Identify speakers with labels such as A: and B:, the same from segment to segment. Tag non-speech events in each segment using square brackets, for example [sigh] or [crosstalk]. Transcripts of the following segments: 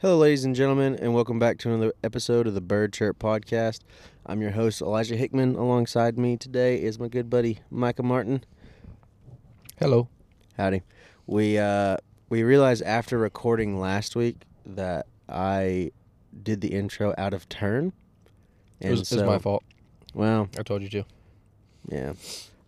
A: Hello, ladies and gentlemen, and welcome back to another episode of the Bird Chirp Podcast. I'm your host, Elijah Hickman. Alongside me today is my good buddy, Micah Martin.
B: Hello.
A: Howdy. We uh, we realized after recording last week that I did the intro out of turn.
B: It was, it was my fault.
A: Well,
B: I told you to.
A: yeah,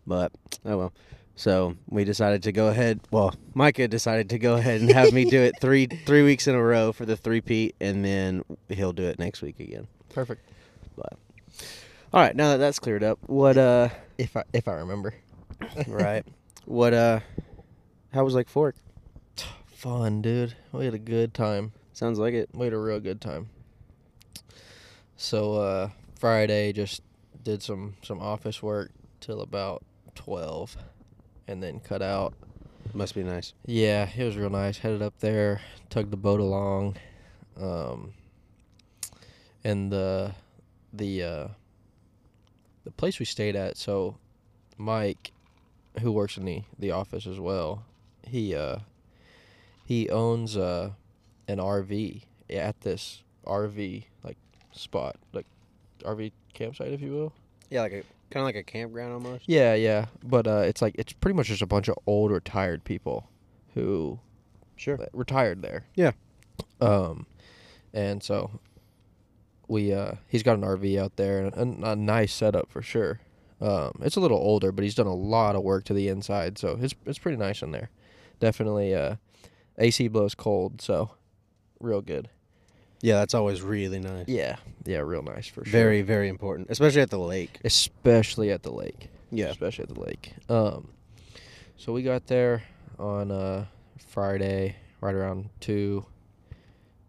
A: but oh well. So we decided to go ahead. Well, Micah decided to go ahead and have me do
B: [laughs]
A: it three three weeks in a row for the three P, and then he'll do it next week again.
B: Perfect.
A: All right, now that that's cleared up, what uh,
B: If I if I [laughs] remember.
A: right, [laughs] what uh, how was like Fork?
B: Fun, dude. We had a good time.
A: Sounds like it.
B: We had a real good time. So uh Friday just did some some office work till about 12 and then cut out.
A: Must be nice.
B: Yeah, it was real nice. Headed up there, tugged the boat along. Um and the the uh the place we stayed at, so Mike who works in the the office as well, he uh he owns uh an RV at this RV like spot, like RV campsite if you will.
A: Yeah, like a kind of like a campground almost.
B: Yeah, yeah, but uh it's like it's pretty much just a bunch of old retired people who
A: Sure.
B: that retired there.
A: Yeah.
B: Um, and so we uh, he's got an RV out there and a, a nice setup for sure. Um, it's a little older, but he's done a lot of work to the inside, so it's it's pretty nice in there. Definitely, uh, AC blows cold, so real good.
A: Yeah, that's always really nice.
B: Yeah, yeah, real nice for sure.
A: Very very important, especially at the lake.
B: especially at the lake.
A: Yeah.
B: especially at the lake. Um, so we got there on uh, Friday, right around two,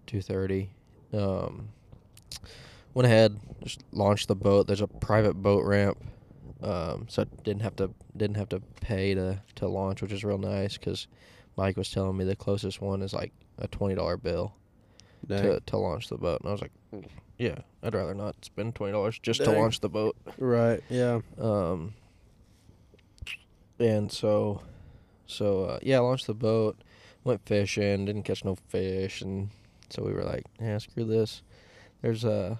B: two thirty. Um, went ahead, just launched the boat. There's a private boat ramp, um, so didn't have to didn't have to pay to to launch, which is real nice because Mike was telling me the closest one is like a twenty dollar bill to, to launch the boat, and I was like, yeah, I'd rather not spend twenty dollars just to
A: Dang.
B: launch the boat.
A: Right. Yeah.
B: Um, and so, so uh, yeah, I launched the boat, went fishing, didn't catch no fish, and so we were like, yeah, screw this. There's a.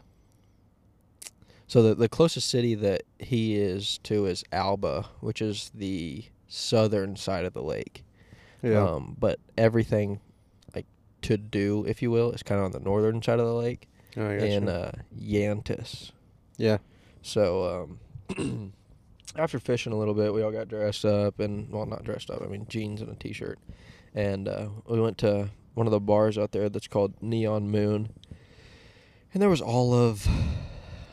B: So the the closest city that he is to is Alba, which is the southern side of the lake.
A: Yeah.
B: Um, but everything, like to do, if you will, is kind of on the northern side of the lake
A: Oh, I
B: in
A: gotcha.
B: uh, Yantis. [laughs]
A: yeah.
B: So um, [clears throat] after fishing a little bit, we all got dressed up and well, not dressed up. I mean, jeans and a t-shirt, and uh, we went to one of the bars out there that's called Neon Moon, and there was all of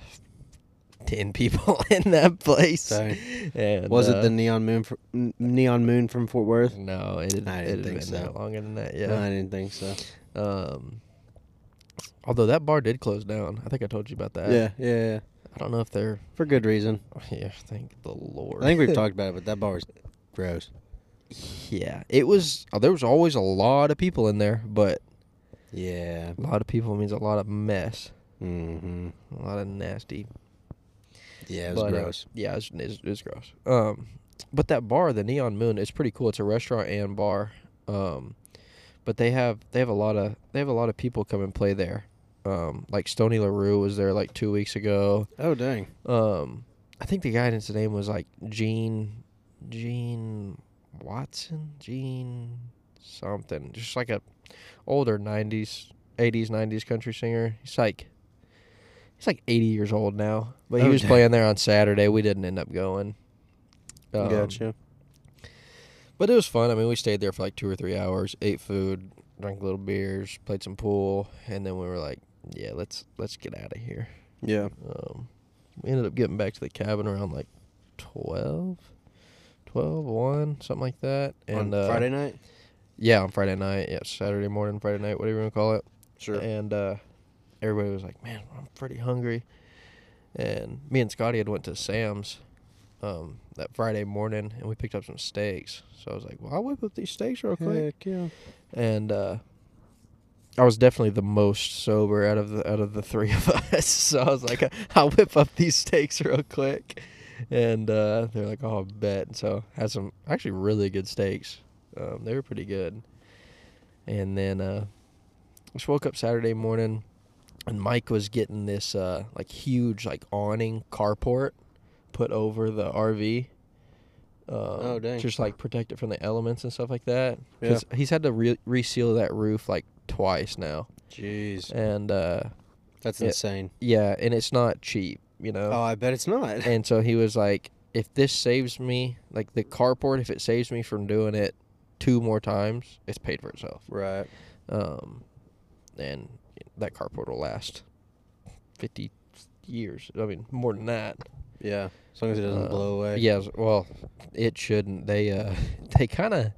B: [sighs] ten people [laughs] in that place.
A: Dang.
B: And,
A: Was
B: uh,
A: it the neon moon? Fr- n- neon moon from Fort Worth?
B: No, it didn't.
A: I
B: it
A: didn't
B: had
A: think
B: been
A: so.
B: that longer than that. Yeah.
A: No, I didn't think so.
B: um. Although that bar did close down, I think I told you about that.
A: yeah, yeah, yeah.
B: I don't know if they're. [laughs]
A: For good reason.
B: Yeah, thank the Lord.
A: I think
B: [laughs]
A: we've talked about it, but that bar is gross.
B: Yeah, it was. uh, There was always a lot of people in there, but
A: Yeah.
B: a lot of people means a lot of mess,
A: Mm-hmm.
B: a lot of nasty.
A: Yeah, it was
B: but, uh,
A: gross.
B: yeah, it's it's it's gross. Um, but that bar, the Neon Moon, it's pretty cool. It's a restaurant and bar. Um, but they have they have a lot of they have a lot of people come and play there. Um, like Stony Larue was there like two weeks ago.
A: oh dang.
B: Um, I think the guy that's name was like Gene Gene Watson, Gene something, just like a older '90s, '80s, '90s country singer. He's like he's like 80 years old now, but he
A: Oh,
B: was
A: dang.
B: playing there on Saturday. We didn't end up going. Um,
A: gotcha.
B: But it was fun. I mean, we stayed there for like two or three hours, ate food, drank little beers, played some pool, and then we were like, "Yeah, let's let's get out of here."
A: Yeah.
B: Um, we ended up getting back to the cabin around like 12, 12, 1, something like that. And
A: On
B: uh,
A: Friday night.
B: Yeah, on Friday night. Yeah, Saturday morning, Friday night, whatever you want to call it.
A: Sure.
B: And uh, everybody was like, man, I'm pretty hungry. And me and Scotty had went to Sam's um, that Friday morning, and we picked up some steaks. So I was like, well, I'll whip up these steaks real quick
A: Heck yeah.
B: and uh, I was definitely the most sober out of the out of the three of [laughs] us. So I was like, [laughs] I'll whip up these steaks real quick, and uh, they're like, oh, I bet. So had some actually really good steaks. Um, they were pretty good, and then uh, just woke up Saturday morning, and Mike was getting this uh, like huge like awning carport put over the RV. Um,
A: Oh, dang.
B: Just like protect it from the elements and stuff like that.
A: Yeah.
B: 'Cause he's had to re- reseal that roof like twice now,
A: Jeez,
B: and uh,
A: that's
B: Yeah.
A: insane.
B: yeah, and it's not cheap, you know.
A: Oh, I bet it's not.
B: And so he was like, if this saves me, like the carport, if it saves me from doing it two more times, it's paid for itself.
A: [laughs] Right.
B: Um, and that carport will last 50 years. I mean, more than that.
A: Yeah. As long as it doesn't
B: Uh,
A: blow away.
B: Yeah, well, it shouldn't. They, uh, [laughs] they kind of,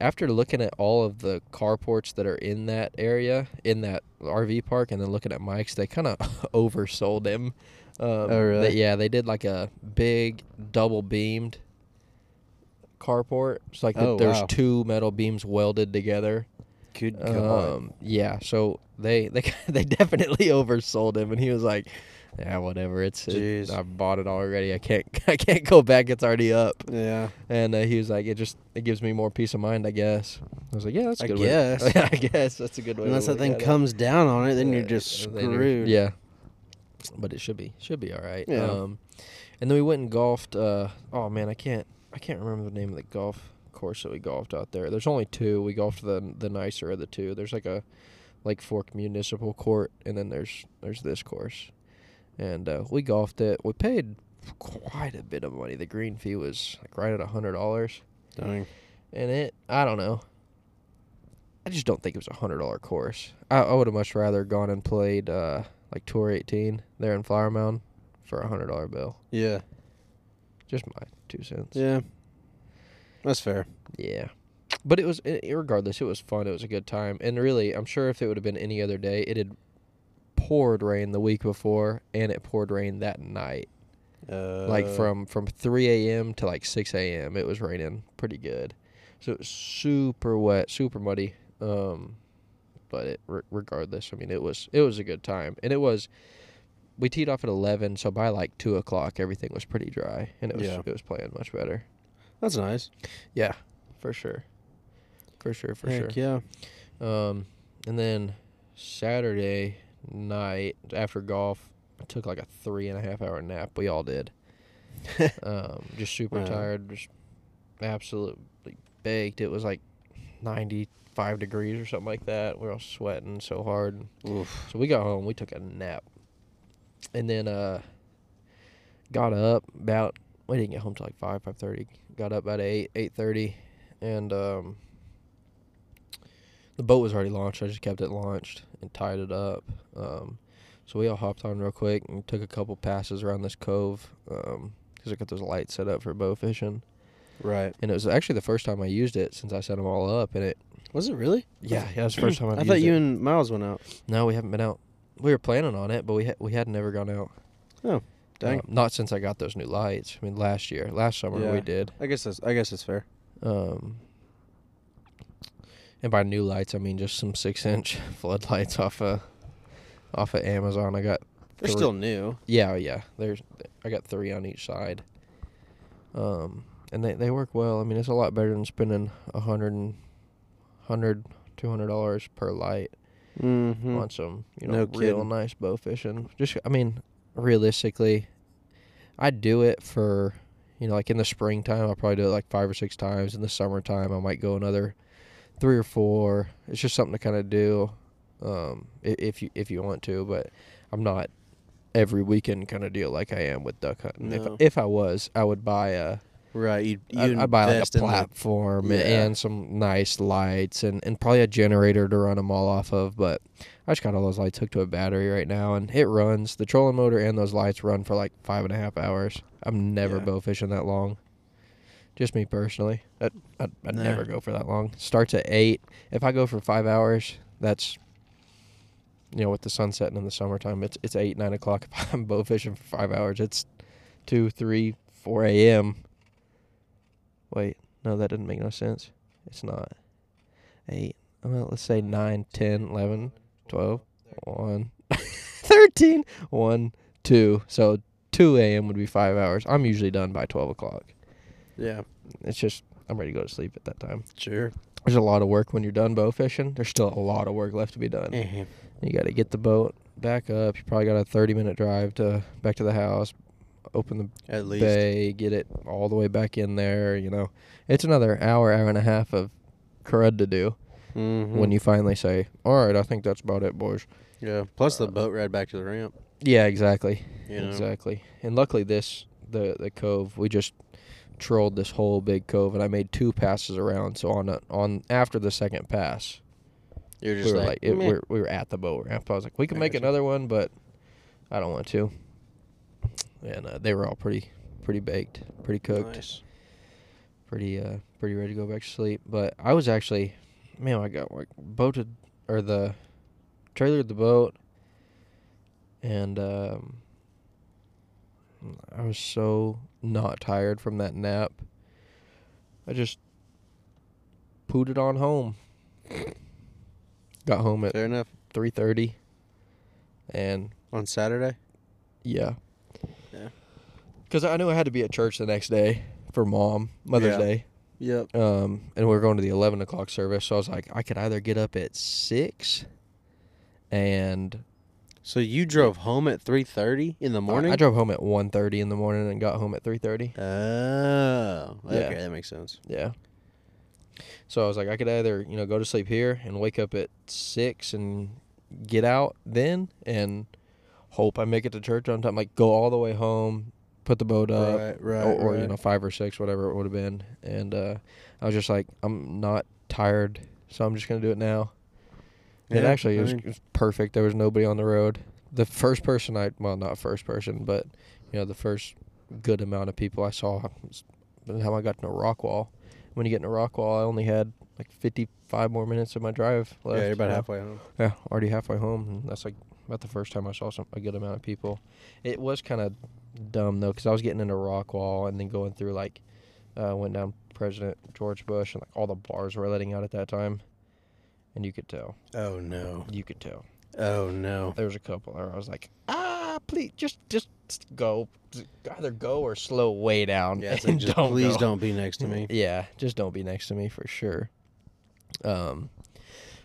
B: after looking at all of the carports that are in that area, in that RV park, and then looking at Mike's, they kind of [laughs] oversold him. Um,
A: Oh, really?
B: they- yeah, they did like a big double beamed carport. It's like
A: Oh,
B: the, there's
A: wow.
B: two metal beams welded together.
A: Good God.
B: Um, yeah, so they [laughs] they they definitely oversold him, and he was like, "Yeah, whatever. It's it,
A: Jeez.
B: I bought it already. I can't [laughs] I can't go back. It's already up."
A: yeah.
B: And uh, he was like, "It just it gives me more peace of mind, I guess." I was like, [laughs] "Yeah, that's a
A: I
B: good way-
A: guess.
B: I guess that's a good way." to
A: Unless that
B: look
A: thing
B: at it.
A: comes down on it, then you're
B: Uh,
A: just
B: then you're-
A: screwed.
B: yeah, but it should be should be all right.
A: Yeah.
B: Um, and then we went and golfed. Uh, oh man, I can't I can't remember the name of the golf course that we golfed out there. There's only two. We golfed the the nicer of the two. There's like a Lake Fork Municipal Court, and then there's there's this course, and uh, we golfed it. We paid quite a bit of money. The green fee was like right at a hundred dollars,
A: Dang.
B: and it I don't know. I just don't think it was a hundred dollar course. I, I would have much rather gone and played uh, like Tour 18 there in Flower Mound for a hundred dollar bill.
A: Yeah.
B: Just my two cents.
A: Yeah. That's fair.
B: Yeah. But it was, i i- regardless, it was fun. It was a good time. And really, I'm sure if it would have been any other day, it had poured rain the week before and it poured rain that night.
A: Uh,
B: like from, from 3 a.m. to like 6 a.m., it was raining pretty good. So it was super wet, super muddy. Um, but it, re- regardless, I mean, it was it was a good time, and it was. We teed off at eleven, so by like two o'clock, everything was pretty dry, and it was
A: Yeah.
B: it was playing much better.
A: That's nice.
B: Yeah, for sure. For sure, for
A: Heck Yeah.
B: sure. Um, and then Saturday night after golf, I took like a three and a half hour nap. We all did. [laughs] um, just super
A: Wow.
B: tired, just absolutely baked. It was like ninety five degrees or something like that. We were all sweating so hard.
A: Oof.
B: So we got home, we took a nap. And then uh got up about we didn't get home till like five, five thirty. Got up about eight, eight thirty and um the boat was already launched. I just kept it launched and tied it up. Um so we all hopped on real quick and took a couple passes around this cove Um 'cause because I got those lights set up for bow fishing.
A: Right.
B: And it was actually the first time I used it since I set them all up. And it,
A: Was it really?
B: yeah, yeah, it was the first time I've
A: I
B: used
A: thought you
B: it.
A: and Miles went out.
B: No, we haven't been out. We were planning on it, but we ha- we had never gone out.
A: Oh, Dang.
B: Um, not since I got those new lights. I mean, last year, last summer we
A: Yeah.
B: did.
A: I guess that's I guess that's fair.
B: Um, and by new lights, I mean just some [laughs] six-inch floodlights off of off of Amazon. I got
A: They're
B: Three-
A: still new.
B: yeah, oh, yeah. There's I got three on each side. Um, and they they work well. I mean, it's a lot better than spending a hundred and hundred. Two hundred dollars per light
A: Mm-hmm.
B: on some, you know,
A: No
B: real
A: kidding.
B: nice bow fishing. Just, I mean, realistically, I'd do it for, you know, like in the springtime, I'll probably do it like five or six times. In the summertime, I might go another three or four. It's just something to kind of do, um, i- if you if you want to. But I'm not every weekend kind of deal like I am with duck hunting.
A: No.
B: If if I was, I would buy a
A: Right. You you
B: I, I buy like
A: invest
B: a
A: in the-
B: platform and-
A: Yeah.
B: and some nice lights and, and probably a generator to run them all off of. But I just got all those lights hooked to a battery right now, and it runs. The trolling motor and those lights run for like five and a half hours. I'm never
A: Yeah.
B: bow fishing that long. Just me personally, I I, I
A: Nah.
B: never go for that long. Starts at eight. If I go for five hours, that's you know with the sun setting in the summertime, it's it's eight nine o'clock. [laughs] If I'm bow fishing for five hours, it's two three four a.m. Wait, no, that didn't make no sense. It's not. 8. Well, let's say 9, 10, 11, 12, [laughs] 1, 13, 1, 2. So 2 a.m. would be five hours. I'm usually done by 12 o'clock.
A: Yeah.
B: It's just, I'm ready to go to sleep at that time.
A: Sure.
B: there's a lot of work when you're done bow fishing. There's still a lot of work left to be done.
A: Mhm.
B: You got to get the boat back up. You probably got a 30 minute drive to back to the house, open the
A: [laughs] At least.
B: bay, get it all the way back in there. You know, it's another hour, hour and a half of crud to do when
A: Mhm.
B: you finally say, "All right, I think that's about it, boys."
A: yeah. Plus the
B: uh,
A: boat ride back to the ramp.
B: Yeah, exactly,
A: You know.
B: exactly. And luckily, this the the cove we just trolled this whole big cove, and I made two passes around. So on a, on after the second pass,
A: You're
B: we
A: just
B: were like,
A: like,
B: it,
A: "Meh."
B: we're, we were at the boat ramp. I was like, we can
A: I
B: make
A: gotcha.
B: another one, but I don't want to. And uh, they were all pretty pretty baked, pretty cooked.
A: Nice.
B: pretty uh pretty ready to go back to sleep. But I was actually, man, I got like boated or the trailer the boat, and um, I was so not tired from that nap. I just pooted on home. Got home at
A: Fair enough.
B: three thirty, and
A: On Saturday.
B: yeah.
A: Yeah.
B: Because I knew I had to be at church the next day for mom, Mother's
A: Yeah.
B: Day.
A: Yep.
B: Um, and we were going to the eleven o'clock service, so I was like, I could either get up at six, and
A: So you drove home at 3:30 in the morning.
B: Uh, I, I drove home at 1.30 in the morning and got home at three thirty.
A: Oh,
B: Yeah.
A: okay, that makes sense.
B: Yeah. So I was like, I could either you know go to sleep here and wake up at six and get out then, and hope I make it to church on time. Like go all the way home, put the boat up,
A: right, right,
B: Uh, or, or, you
A: right.
B: know five or six whatever it would have been and uh, i was just like i'm not tired so i'm just gonna do it now and
A: Yeah,
B: actually it
A: I
B: was,
A: mean-
B: it was perfect there was nobody on the road the first person i well not first person but you know the first good amount of people i saw was how i got in a rock wall when you get in a rock wall i only had like 55 more minutes of my drive left
A: yeah, you're about
B: you know?
A: halfway home.
B: Yeah, already halfway home. And that's like about the first time I saw some a good amount of people. It was kind of dumb though, because I was getting into rock wall and then going through like uh, went down President George Bush and like all the bars were letting out at that time, and you could tell,
A: Oh no!
B: you could tell.
A: Oh no!
B: There was a couple where I was like, ah, please, just just go, Just either go or slow way down. [laughs]
A: Yeah, it's like,
B: and
A: just please
B: go.
A: don't be next to me.
B: [laughs] Yeah, just don't be next to me for sure. Um,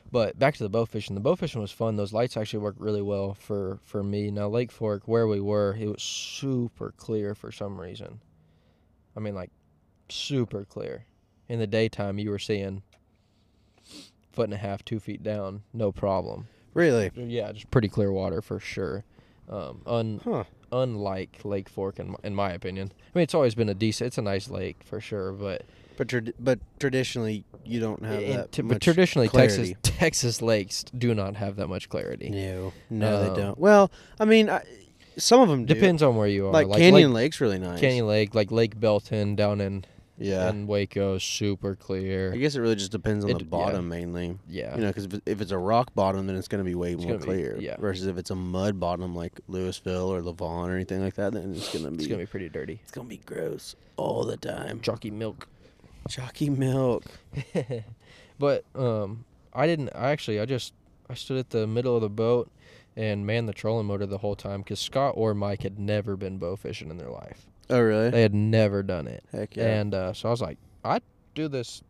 B: but back to the bow fishing. The bow fishing was fun. Those lights actually worked really well for for me. Now Lake Fork, where we were, it was super clear for some reason. I mean, like super clear. In the daytime, you were seeing foot and a half, two feet down, no problem.
A: Really?
B: Yeah, just pretty clear water for sure. Um, un,
A: Huh?
B: unlike Lake Fork, in my, in my opinion. I mean, it's always been a decent. It's a nice lake for sure, but
A: But trad- but traditionally you don't have
B: and
A: that
B: t-
A: much
B: but traditionally
A: clarity.
B: Texas [laughs] Texas lakes do not have that much clarity.
A: No, no,
B: Um,
A: they don't. Well, I mean, I, some of them do.
B: Depends on where you are.
A: Like, Canyon Lake's really nice.
B: Lake, Canyon Lake, like Lake Belton down in
A: Yeah.
B: in Waco, super
A: I
B: clear.
A: guess it really just depends on
B: It-
A: the
B: yeah.
A: bottom mainly.
B: Yeah,
A: You know, because if, it- if it's a rock bottom, then it's going to be way
B: It's
A: more
B: gonna be-
A: clear.
B: yeah.
A: Versus if it's a mud bottom like Louisville or Levon or anything like that, then it's going to be
B: it's gonna be pretty dirty.
A: It's gonna be gross all the time.
B: Jockey milk.
A: Jockey milk.
B: but um, I didn't. I actually, I just I stood at the middle of the boat and manned the trolling motor the whole time because Scott or Mike had never been bow fishing in their life.
A: Oh really?
B: They had never done it.
A: Heck yeah.
B: And uh, so I was like, I do this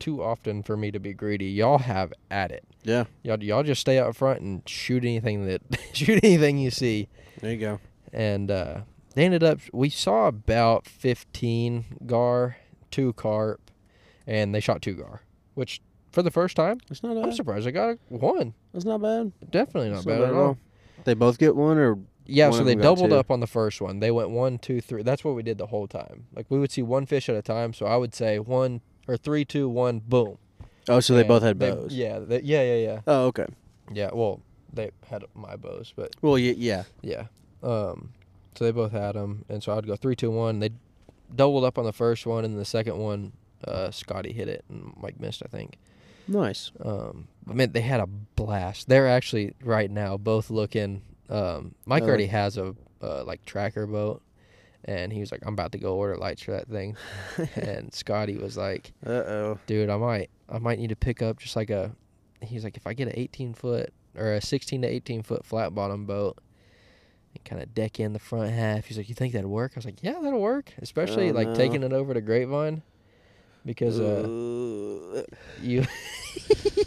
B: too often for me to be greedy. Y'all have at it.
A: yeah.
B: Y'all, y'all just stay out front and shoot anything that [laughs] shoot anything you see.
A: There you go.
B: And uh, they ended up. We saw about fifteen gar, two carp, and they shot two gar, which for the first time,
A: It's not
B: I'm
A: bad.
B: surprised I got one.
A: It's not bad.
B: Definitely not
A: Uh, It's
B: bad at all.
A: They both get one or
B: Yeah,
A: One
B: so
A: of
B: they
A: them got
B: doubled
A: two.
B: up on the first one. They went one, two, three. That's what we did the whole time. Like we would see one fish at a time. So I would say one or three, two, one, boom.
A: oh, so they
B: And
A: both had bows.
B: yeah, they, yeah, yeah, yeah,
A: Oh, okay.
B: yeah. Well, they had my bows, but
A: Well, yeah, yeah.
B: yeah. Um, so they both had them, and so I'd go three, two, one. They doubled up on the first one, and the second one, uh, Scotty hit it, and Mike missed, I think.
A: [laughs] Nice.
B: Um, but man, they had a blast. They're actually right now both looking. Um, Mike
A: Oh.
B: already has a uh, like tracker boat, and he was like, "I'm about to go order lights for
A: [laughs]
B: that thing." and Scotty was like,
A: Uh oh.
B: "Dude, I might, I might need to pick up just like a." He's like, "If I get an 18 foot or a 16 to 18 foot flat bottom boat." And kind of deck in the front half. He's like, "You think that'd work?" I was like, "Yeah, that'll work." Especially
A: Oh,
B: like
A: no.
B: taking it over to Grapevine, because uh, you.
A: [laughs]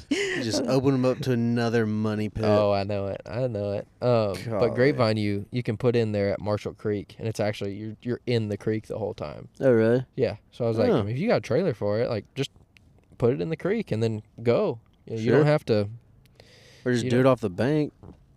A: You
B: [laughs]
A: just open them up to another money pit.
B: Oh, I know it. I know it. Um,
A: Golly.
B: but grapevine, you you can put in there at Marshall Creek, and it's actually you're you're in the creek the whole time.
A: Oh, really?
B: Yeah. So I was like,
A: Oh.
B: I mean, if you got a trailer for it, like just put it in the creek and then go. You, know, you
A: Sure.
B: don't have to.
A: Or just
B: You
A: do
B: know-
A: it off the bank.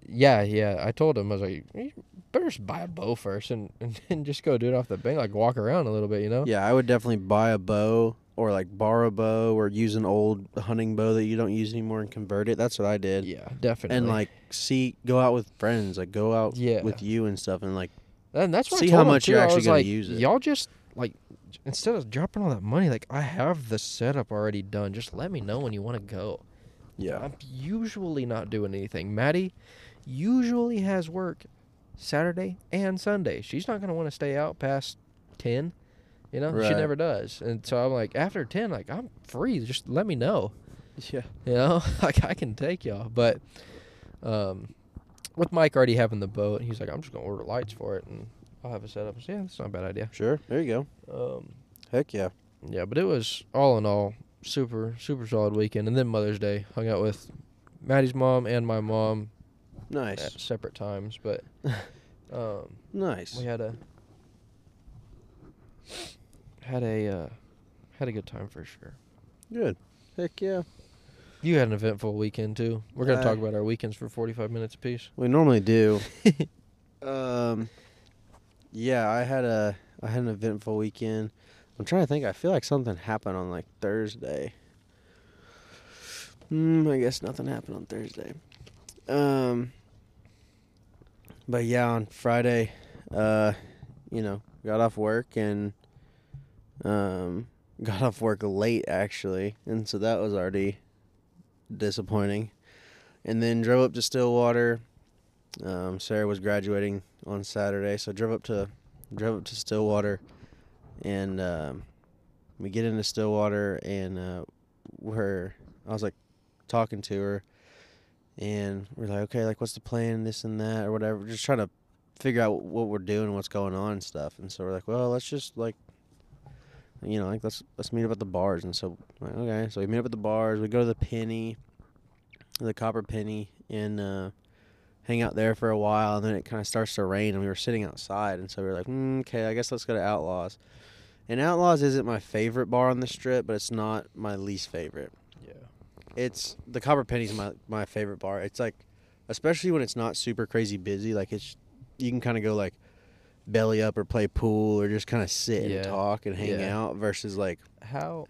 B: Yeah, yeah. I told him I was like, you better just buy a bow first and, and, [laughs] and just go do it off the bank, like walk around a little bit, you know.
A: Yeah, I would definitely buy a bow or like borrow a bow or use an old hunting bow that you don't use anymore and convert it. That's what I did.
B: Yeah, definitely.
A: And like see, go out with friends, like go out
B: Yeah.
A: with you and stuff, and like
B: And that's what
A: See
B: I told
A: how
B: him,
A: much
B: too.
A: you're
B: I
A: actually
B: was
A: gonna
B: like,
A: use it.
B: Y'all just like instead of dropping all that money, like I have the setup already done. Just let me know when you want to go.
A: yeah,
B: I'm usually not doing anything. Maddie usually has work Saturday and Sunday. She's not gonna want to stay out past ten. You know, she
A: Right.
B: never does. And so I'm like, after ten, like I'm free. Just let me know. [laughs]
A: yeah,
B: You know, like I can take y'all, but um, with Mike already having the boat, he's like, I'm just gonna order lights for it, and I'll have it set up. I said, yeah, that's not a bad idea.
A: sure. There you go.
B: Um,
A: Heck yeah.
B: yeah, but it was all in all super super solid weekend, and then Mother's Day hung out with Maddie's mom and my mom
A: Nice,
B: at separate times, but
A: [laughs]
B: um,
A: nice.
B: we had a had a uh, had a good time for sure.
A: Good. Heck yeah.
B: You had an eventful weekend too. We're gonna
A: Uh,
B: talk about our weekends for 45 minutes apiece.
A: We normally do. um, yeah, I had a I had an eventful weekend. I'm trying to think. I feel like something happened on like Thursday. Hmm, I guess nothing happened on Thursday. Um, but yeah, on Friday, uh, you know, got off work and um, [laughs] got off work late actually, and so that was already disappointing. And then drove up to Stillwater. Um, Sarah was graduating on Saturday, so drove up to drove up to Stillwater, and um, we get into Stillwater, and uh, we're I was like talking to her, and we're like, okay, like what's the plan, this and that, or whatever, just trying to figure out what we're doing, what's going on, and stuff. And so we're like, well, let's just like, you know, like let's let's meet up at the bars. And so like, okay, so we meet up at the bars. We go to the Penny, the Copper Penny, and. Uh, hang out there for a while, and then it kind of starts to rain, and we were sitting outside, and so we were like, mm, okay, I guess let's go to Outlaws. And Outlaws isn't my favorite bar on the strip, but it's not my least favorite.
B: Yeah.
A: It's the Copper Penny's my my favorite bar. It's like, especially when it's not super crazy busy, like it's you can kind of go like belly up or play pool or just kind of sit
B: Yeah.
A: and talk and hang
B: Yeah.
A: out versus like
B: how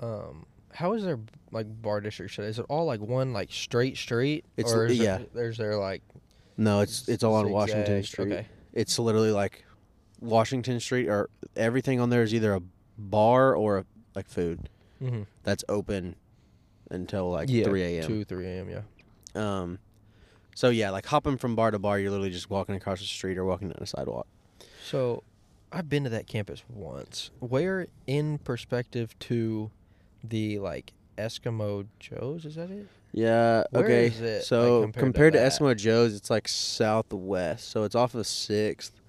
B: um how is their like bar district set? Is it all like one like straight street?
A: It's-
B: or is
A: yeah.
B: It, there's their like
A: no, it's it's all on
B: zigzag-
A: Washington Street.
B: Okay.
A: it's literally like Washington Street or everything on there is either a bar or a, like food
B: Mm-hmm.
A: that's open until like 3 a.m.
B: Two three a.m. Yeah.
A: Um, so yeah, like hopping from bar to bar, you're literally just walking across the street or walking down a sidewalk.
B: So, I've been to that campus once. Where in perspective to the like Eskimo Joe's? Is that it?
A: Yeah.
B: Where
A: okay.
B: is it, like,
A: so
B: compared to
A: compared, to,
B: that?
A: Eskimo Joe's, it's like southwest. So it's off of Sixth.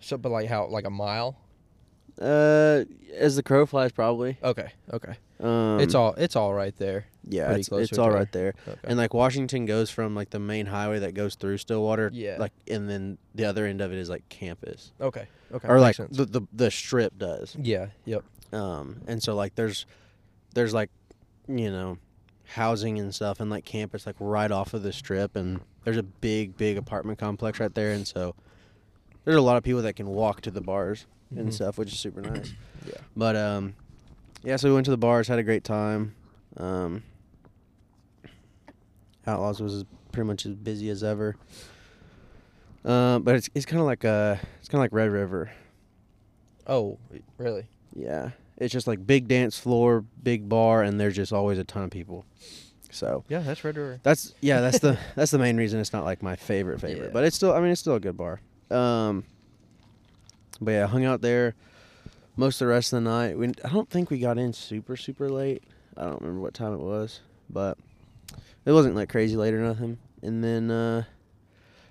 B: So, but like how like a mile?
A: Uh, as the crow flies, probably.
B: Okay. Okay.
A: Um,
B: it's all it's all right there.
A: yeah,
B: pretty
A: it's,
B: close to
A: it's
B: each
A: all
B: other.
A: right there.
B: Okay.
A: And like Washington goes from like the main highway that goes through Stillwater,
B: Yeah.
A: Like, and then the other end of it is like campus,
B: okay. Okay.
A: or
B: makes
A: like
B: sense.
A: the, the the strip does.
B: yeah. Yep.
A: Um, and so like there's there's like you know housing and stuff, and like campus like right off of the strip, and there's a big big apartment complex right there, and so there's a lot of people that can walk to the bars
B: Mhm.
A: and stuff, which is super nice.
B: Yeah.
A: But um, yeah, so we went to the bars, had a great time. Um, Outlaws was as- pretty much as busy as ever. Uh, but it's it's kind of like uh it's kind of like Red River.
B: Oh, really?
A: Yeah, it's just like big dance floor, big bar, and there's just always a ton of people. So
B: Yeah, that's Red River.
A: [laughs] that's yeah, that's the that's the main reason it's not like my favorite favorite,
B: Yeah.
A: but it's still I mean it's still a good bar. Um, but yeah, hung out there most of the rest of the night. We I don't think we got in super super late. I don't remember what time it was, but it wasn't like crazy late or nothing. And then uh,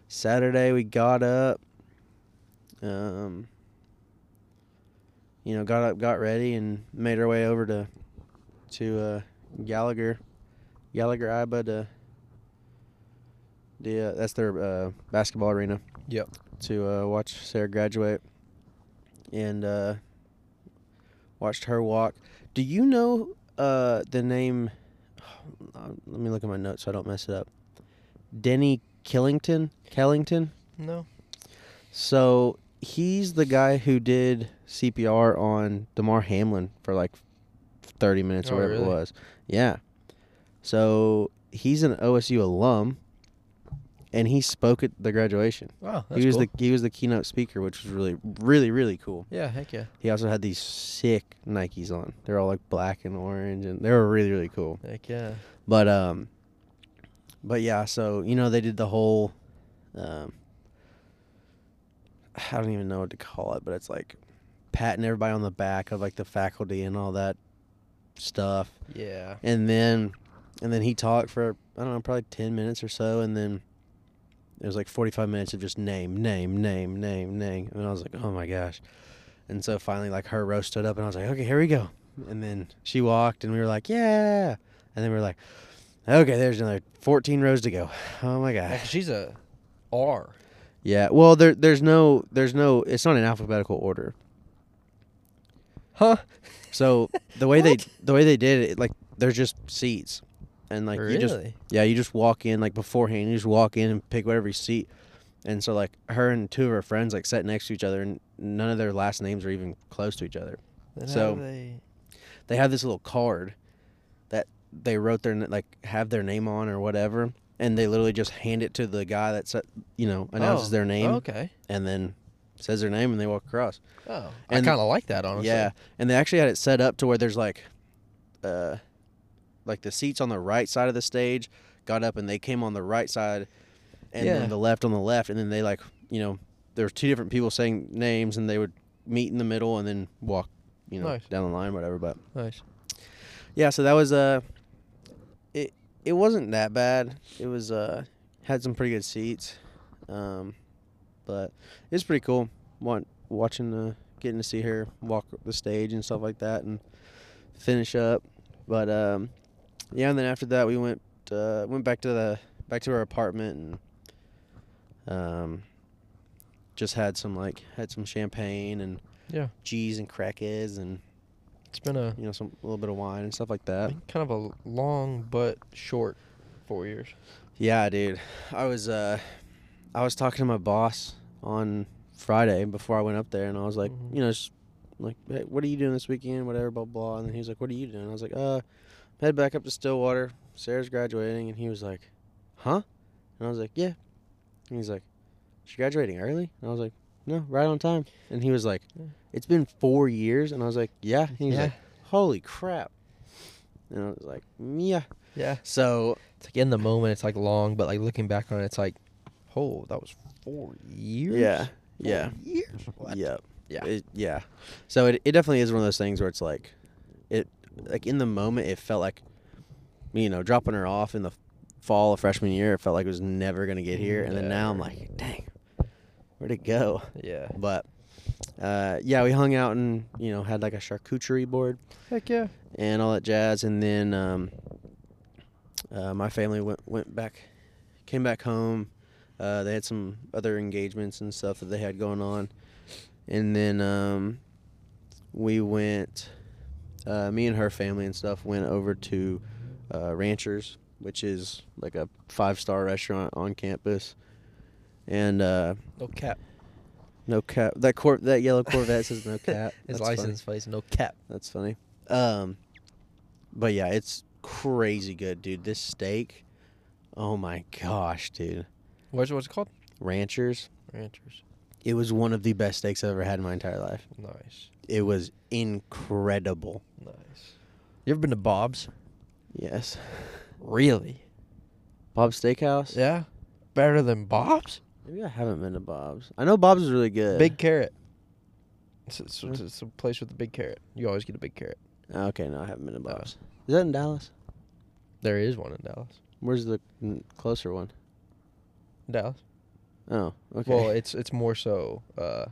A: Saturday we got up. Um, you know, got up, got ready, and made our way over to to uh, Gallagher, Gallagher Iba to the uh, that's their uh, basketball arena.
B: Yep.
A: To uh, watch Sarah graduate, and uh, watched her walk. Do you know uh, the name? [sighs] uh, Let me look at my notes so I don't mess it up. Denny Killington. Kellington.
B: No.
A: So he's the guy who did CPR on Damar Hamlin for like 30 minutes or
B: Oh,
A: whatever
B: really?
A: it was. Yeah. So he's an OSU alum, and he spoke at the graduation.
B: Wow,
A: he was the he was the keynote speaker, which was really really really cool.
B: yeah, heck yeah,
A: He also had these sick Nikes on. They're all like black and orange, and they were really really cool.
B: heck yeah.
A: But um, but yeah. So you know they did the whole, um, I don't even know what to call it, but it's like patting everybody on the back of like the faculty and all that stuff,
B: Yeah.
A: [sighs] and then and then he talked for I don't know probably ten minutes or so, and then it was like forty five minutes of just name name name name name, and I was like oh my gosh, and so finally like her row stood up and I was like okay here we go, and then she walked and we were like yeah, and then we were like okay there's another fourteen rows to go, oh my
B: Well,
A: gosh
B: 'cause she's a R.
A: yeah well there there's no there's no it's not in alphabetical order
B: Huh?
A: so the way they the way they did it like there's just seats. And like
B: really?
A: you just Yeah, you just walk in like beforehand. You just walk in and pick whatever seat. And so like her and two of her friends like sat next to each other, and none of their last names are even close to each other.
B: Then
A: so-
B: how do they-
A: They have this little card that they wrote their n- like have their name on or whatever, and they literally just hand it to the guy that sa- you know announces
B: Oh,
A: their name
B: okay.
A: and then says their name and they walk across.
B: Oh,
A: And-
B: I kind of like that honestly.
A: Yeah, and they actually had it set up to where there's like, uh, like the seats on the right side of the stage got up and they came on the right side, and
B: Yeah.
A: then the left on the left, and then they like you know there were two different people saying names and they would meet in the middle and then walk you know
B: Nice.
A: down the line whatever. But
B: Nice.
A: yeah, so that was uh, it it wasn't that bad. It was uh had some pretty good seats, um, but it's pretty cool. Want watching uh getting to see her walk the stage and stuff like that and finish up. But um, yeah, and then after that we went uh, went back to the back to our apartment and um, just had some like had some champagne and
B: Yeah.
A: G's and crackers and
B: It's been a
A: you know some a little bit of wine and stuff like that.
B: been kind of a long but short four years.
A: Yeah, dude. I was uh I was talking to my boss on Friday before I went up there and I was like,
B: Mhm.
A: you know, just like, hey, what are you doing this weekend? Whatever, blah blah. And then he was like, What are you doing? I was like, uh, head back up to Stillwater. Sarah's graduating and he was like, Huh? And I was like, Yeah. And he's like, She graduating early? And I was like, No, right on time. And he was like,
B: Yeah.
A: It's been four years and I was like, Yeah. And he was like, Holy crap. And I was like, Yeah.
B: yeah.
A: So
B: It's like in the moment, it's like long, but like looking back on it, it's like, oh, that was four years.
A: Yeah.
B: Four
A: Yeah.
B: Years. What?
A: Yep.
B: Yeah.
A: It- yeah. So it, it definitely is one of those things where it's like, it like in the moment it felt like, you know, dropping her off in the fall of freshman year, it felt like it was never gonna get here, and then now I'm
B: Never.
A: like, dang, where'd it go?
B: Yeah.
A: But uh, yeah, we hung out and you know had like a charcuterie board
B: Heck yeah.
A: and all that jazz, and then um, uh, my family went went back, came back home. Uh, they had some other engagements and stuff that they had going on, and then um, we went. Uh, me and her family and stuff went over to uh, Ranchers, which is like a five star restaurant on campus, and uh,
B: No [laughs] cap.
A: no cap. That cor- that yellow Corvette says
B: [laughs]
A: no cap. That's
B: His
A: funny.
B: license plates, no cap.
A: That's funny. Um, but yeah, it's crazy good, dude. This steak, oh my gosh, dude.
B: What's what's it called?
A: Ranchers.
B: Ranchers.
A: It was one of the best steaks I've ever had in my entire life.
B: Nice.
A: It was incredible.
B: Nice. You ever been to Bob's?
A: Yes.
B: Really?
A: Bob's Steakhouse.
B: Yeah. Better than Bob's?
A: Maybe I haven't been to Bob's. I know Bob's is really good.
B: Big carrot. It's, it's, it's- it's a place with a big carrot. You always get a big carrot.
A: Okay, no, I haven't been to Bob's. Is that in Dallas?
B: There is one in Dallas.
A: Where's the n- closer one?
B: Dallas.
A: Oh, okay.
B: Well, it's it's more so uh,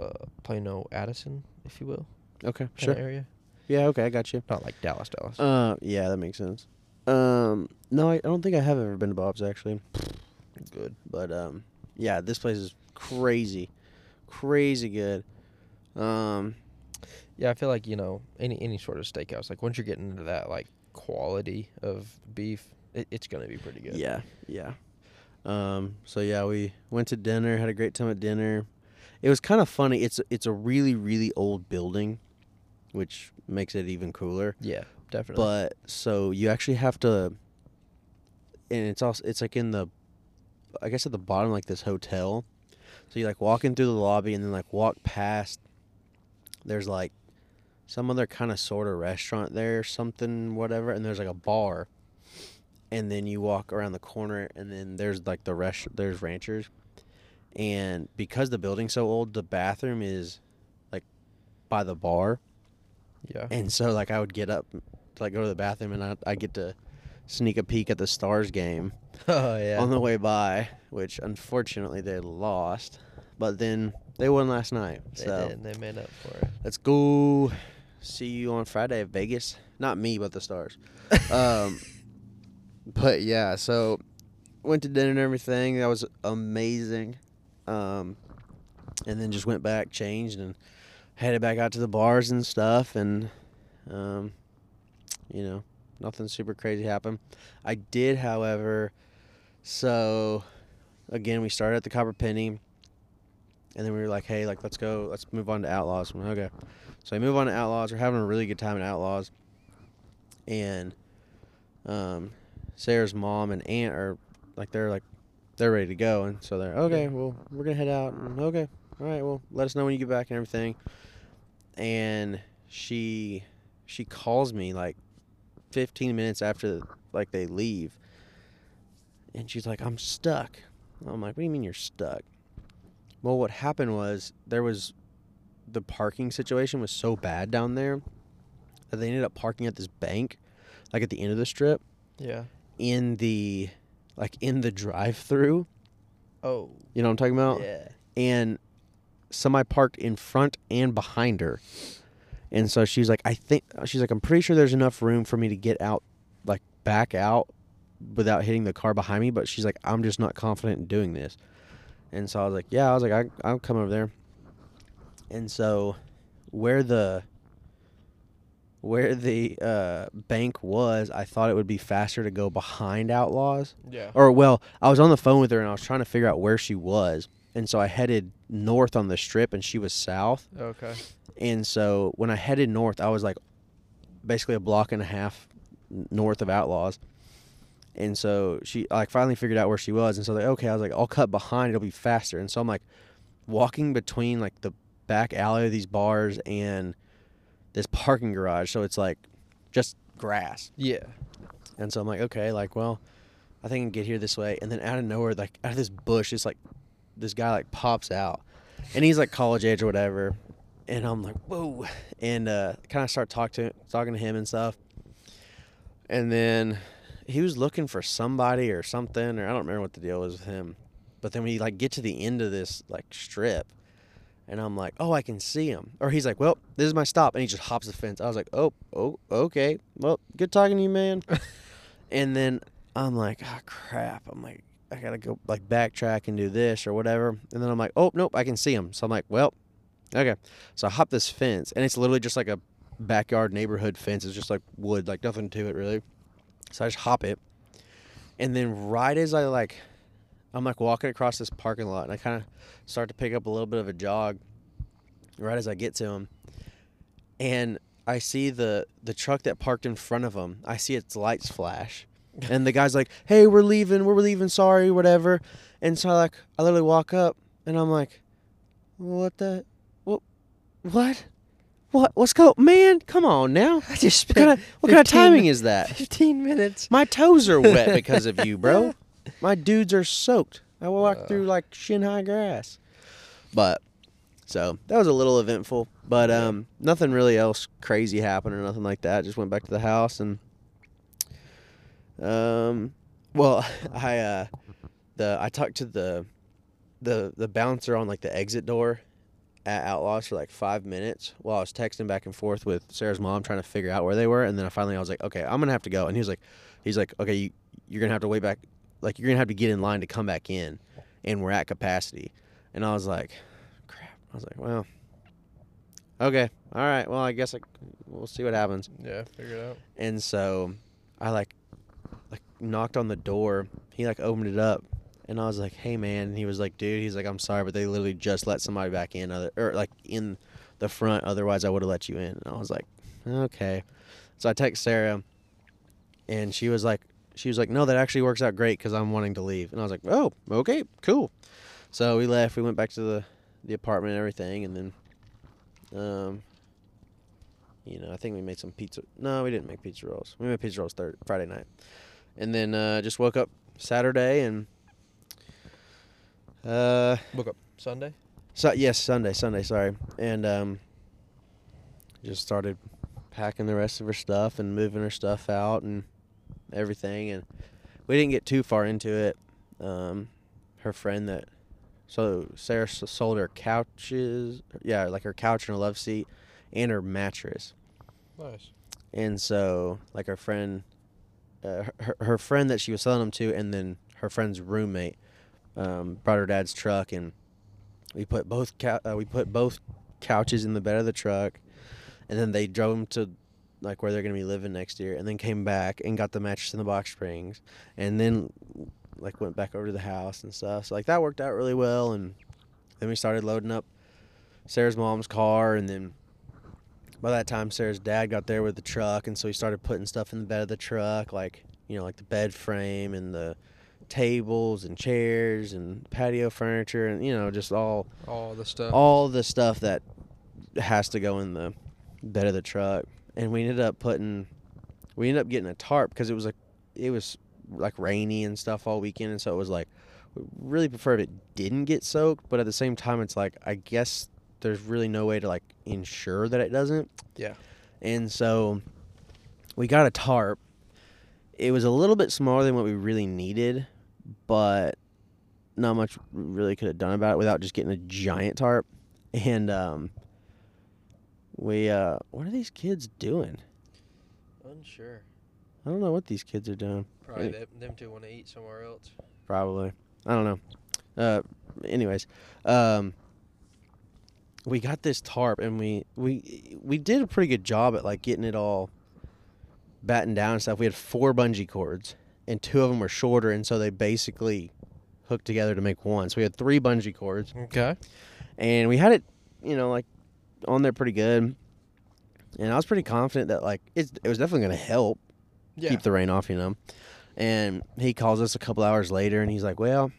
B: uh, Plano, Addison, if you will,
A: [laughs] Okay.
B: kinda
A: Sure.
B: area.
A: Yeah. Okay. I got you.
B: Not like Dallas, Dallas.
A: Uh, yeah, that makes sense. Um, no, I, I don't think I have ever been to Bob's actually. Good, but um, yeah, this place is crazy, crazy good. Um,
B: Yeah, I feel like you know any any sort of steakhouse. Like once you're getting into that like quality of beef, it, it's gonna be pretty good.
A: yeah, yeah. Um, so yeah, we went to dinner, had a great time at dinner. It was kind of funny. It's it's a really really old building, which makes it even cooler.
B: yeah, definitely.
A: But so you actually have to, and it's also it's like in the, I guess at the bottom like this hotel, so you like walking through the lobby and then like walk past. There's like, some other kind of sort of restaurant there, something whatever, and there's like a bar, and then you walk around the corner and then there's like the rest there's Ranchers, and because the building's so old, the bathroom is, like, by the bar.
B: yeah, [laughs]
A: And so like I would get up to like go to the bathroom and I I get to sneak a peek at the Stars game
B: oh yeah.
A: on the way by, which unfortunately they lost, but then they won last night.
B: they
A: so
B: did. They made up for it.
A: let's go see you on Friday at Vegas. Not me, but the Stars. um but yeah, so went to dinner and everything. That was amazing. Um and then just went back, changed and headed back out to the bars and stuff and um you know, nothing super crazy happened. I did, however, so again, we started at the Copper Penny and then we were like, "Hey, like let's go, let's move on to Outlaws." I'm like, okay, so we move on to Outlaws. We're having a really good time at Outlaws, and um, Sarah's mom and aunt are like they're like they're ready to go, and so they're okay. Well, we're gonna head out. And, okay, all right. Well, let us know when you get back and everything. And she she calls me like 15 minutes after like they leave, and she's like, "I'm stuck." I'm like, "What do you mean you're stuck?" Well, what happened was there was the parking situation was so bad down there that they ended up parking at this bank, like at the end of the strip,
B: [laughs] Yeah.
A: in the like in the drive-through.
B: Oh.
A: You know what I'm talking about?
B: Yeah.
A: And somebody parked in front and behind her, and so she's like, I think she's like, I'm pretty sure there's enough room for me to get out, like back out, without hitting the car behind me. But she's like, I'm just not confident in doing this. And so I was like, yeah, I was like, I, I'll come over there. And so where the where the uh, bank was, I thought it would be faster to go behind Outlaws.
B: Yeah.
A: Or well, I was on the phone with her and I was trying to figure out where she was. And so I headed north on the strip and she was south.
B: Okay.
A: And so when I headed north, I was like basically a block and a half n- north of Outlaws. And so she like finally figured out where she was. And so like, okay, I was like, I'll cut behind, it'll be faster. And so I'm like walking between like the back alley of these bars and this parking garage. So it's like just grass.
B: Yeah.
A: And so I'm like, okay, like, well, I think I can get here this way. And then out of nowhere, like out of this bush, it's like this guy like pops out. And he's like college age or whatever. And I'm like, whoa. And uh kind of start talk to talking to him and stuff. And then he was looking for somebody or something, or I don't remember what the deal was with him. But then we like get to the end of this like strip and I'm like, oh, I can see him. Or he's like, well, this is my stop. And he just hops the fence. I was like, oh, oh, okay. Well, good talking to you, man. and then I'm like, ah, crap. I'm like, I gotta go like backtrack and do this or whatever. And then I'm like, oh, nope, I can see him. So I'm like, well, okay. So I hop this fence, and it's literally just like a backyard neighborhood fence. It's just like wood, like nothing to it really. So I just hop it. And then right as I like, I'm like walking across this parking lot, and I kind of start to pick up a little bit of a jog right as I get to him. And I see the the truck that parked in front of him. I see its lights flash. And the guy's like, "Hey, we're leaving. We're leaving. Sorry, whatever." And so I like I literally walk up and I'm like, "What the what what? What what's go man, come on now.
B: I [laughs] just
A: What kind of, what kind of timing is that?
B: Fifteen minutes.
A: My toes are wet because of you, bro. My dudes are soaked. I walked
B: Uh.
A: through like shin high grass. But so that was a little eventful, but um, nothing really else crazy happened or nothing like that. Just went back to the house and um, well, [laughs] I uh, the I talked to the the the bouncer on like the exit door, at Outlaws for like five minutes while I was texting back and forth with Sarah's mom trying to figure out where they were, and then I finally I was like, okay, I'm gonna have to go, and he was like, he's like, okay, you, you're gonna have to wait back, like you're gonna have to get in line to come back in, and we're at capacity, and I was like, crap, I was like, well, okay, all right, well I guess I, we'll see what happens.
B: Yeah, figure it out.
A: And so I like like knocked on the door. He like opened it up and I was like, "Hey man." And he was like, "Dude, he's like, "I'm sorry, but they literally just let somebody back in other or like in the front otherwise I would have let you in." And I was like, "Okay." So I text Sarah and she was like she was like, "No, that actually works out great cuz I'm wanting to leave." And I was like, "Oh, okay, cool." So we left. We went back to the the apartment and everything and then um you know, I think we made some pizza. No, we didn't make pizza rolls. We made pizza rolls third Friday night, and then uh, just woke up Saturday and uh,
B: Book up Sunday.
A: so yes, Sunday, Sunday, sorry, and um, just started packing the rest of her stuff and moving her stuff out and everything, and we didn't get too far into it. Um, her friend that, so Sarah s- sold her couches, yeah, like her couch and her love seat, and her mattress
B: Nice.
A: and so like her friend uh, her, her friend that she was selling them to and then her friend's roommate um, brought her dad's truck and we put both cou- uh, we put both couches in the bed of the truck and then they drove them to like where they're going to be living next year and then came back and got the mattress in the box springs and then like went back over to the house and stuff so like that worked out really well and then we started loading up sarah's mom's car and then by that time Sarah's dad got there with the truck and so he started putting stuff in the bed of the truck like you know like the bed frame and the tables and chairs and patio furniture and you know just all
B: All the stuff.
A: all the stuff that has to go in the bed of the truck and we ended up putting we ended up getting a tarp because it was like it was like rainy and stuff all weekend and so it was like we really prefer if it didn't get soaked but at the same time it's like i guess there's really no way to like ensure that it doesn't
B: Yeah.
A: and so we got a tarp it was a little bit smaller than what we really needed but not much we really could have done about it without just getting a giant tarp and um we uh what are these kids doing
B: Unsure.
A: i don't know what these kids are doing
B: Probably
A: Hey.
B: them, two want to eat somewhere else.
A: probably. I don't know. Uh, anyways, um, we got this tarp and we we we did a pretty good job at like getting it all battened down and stuff. We had four bungee cords and two of them were shorter, and so they basically hooked together to make one. So we had three bungee cords
B: Okay.
A: and we had it, you know, like on there pretty good. And I was pretty confident that like it's, it was definitely going to help
B: Yeah.
A: keep the rain off, you know. And he calls us a couple hours later and he's like, "Well,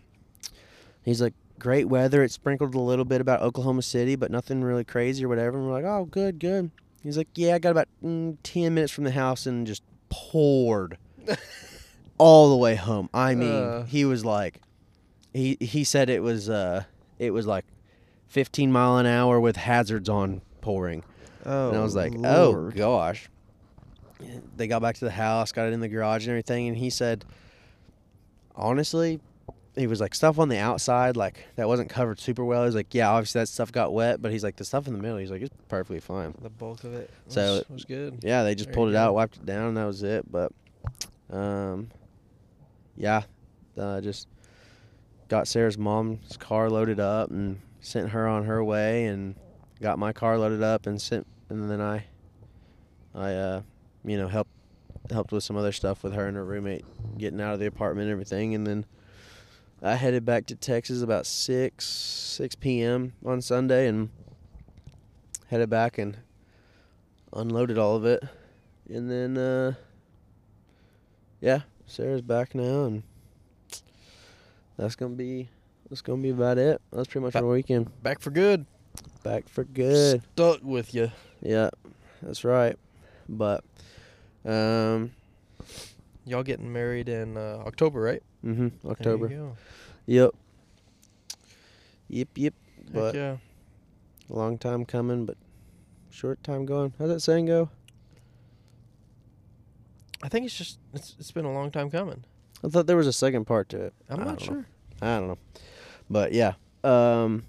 A: he's like great weather. It sprinkled a little bit about Oklahoma City, but nothing really crazy or whatever." And we're like, "Oh, good, good." He's like, "Yeah, I got about mm, 10 minutes from the house and just
B: [laughs]
A: poured all the way home. I mean,
B: Uh.
A: he was like he he said it was uh it was like 15 mile an hour with hazards on pouring.
B: oh.
A: And I was like, oh gosh. They got back to the house, got it in the garage and everything, and he said, honestly, he was like stuff on the outside, like that wasn't covered super well. He's like, yeah, obviously that stuff got wet, but he's like the stuff in the middle, he's like it's perfectly fine.
B: the bulk of it.
A: So-
B: was, was good.
A: Yeah, they just
B: There you
A: pulled it
B: go.
A: out, wiped it down, and that was it. But, um, yeah, uh, just got Sarah's mom's car loaded up and sent her on her way, and got my car loaded up and sent, and then I, I, uh, you know, helped helped with some other stuff with her and her roommate getting out of the apartment and everything, and then I headed back to Texas about six six p.m. on Sunday and headed back and unloaded all of it. And then, uh, yeah, Sarah's back now, and that's gonna be that's gonna be about it. That's pretty much
B: Ba-
A: our weekend.
B: Back for good.
A: Back for good.
B: Stuck with you.
A: Yeah, that's right. But, um,
B: Y'all getting married in uh, October, right?
A: hmm
B: There you
A: October.
B: go.
A: Yep. Yep, yep.
B: Heck
A: But
B: yeah.
A: long time coming, but short time going. How's that saying go?
B: I think it's just it's, it's been a long time coming.
A: I thought there was a second part to it.
B: I'm
A: I
B: not
A: don't know.
B: sure.
A: I don't know. But yeah. Um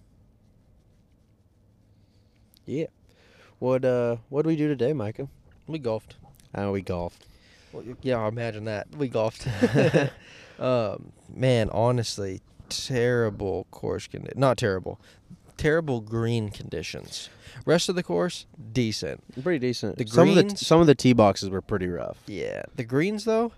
A: What uh what do we do today, Micah?
B: We golfed.
A: Uh, we golfed.
B: Well, y- yeah, I imagine that.
A: [laughs]
B: We golfed. [laughs] um, man, honestly, terrible course conditions. Not terrible. Terrible green conditions. Rest of the course, decent.
A: Pretty decent.
B: The
A: some of the t-
B: greens-
A: some of the tee boxes were pretty rough.
B: Yeah. The greens, though,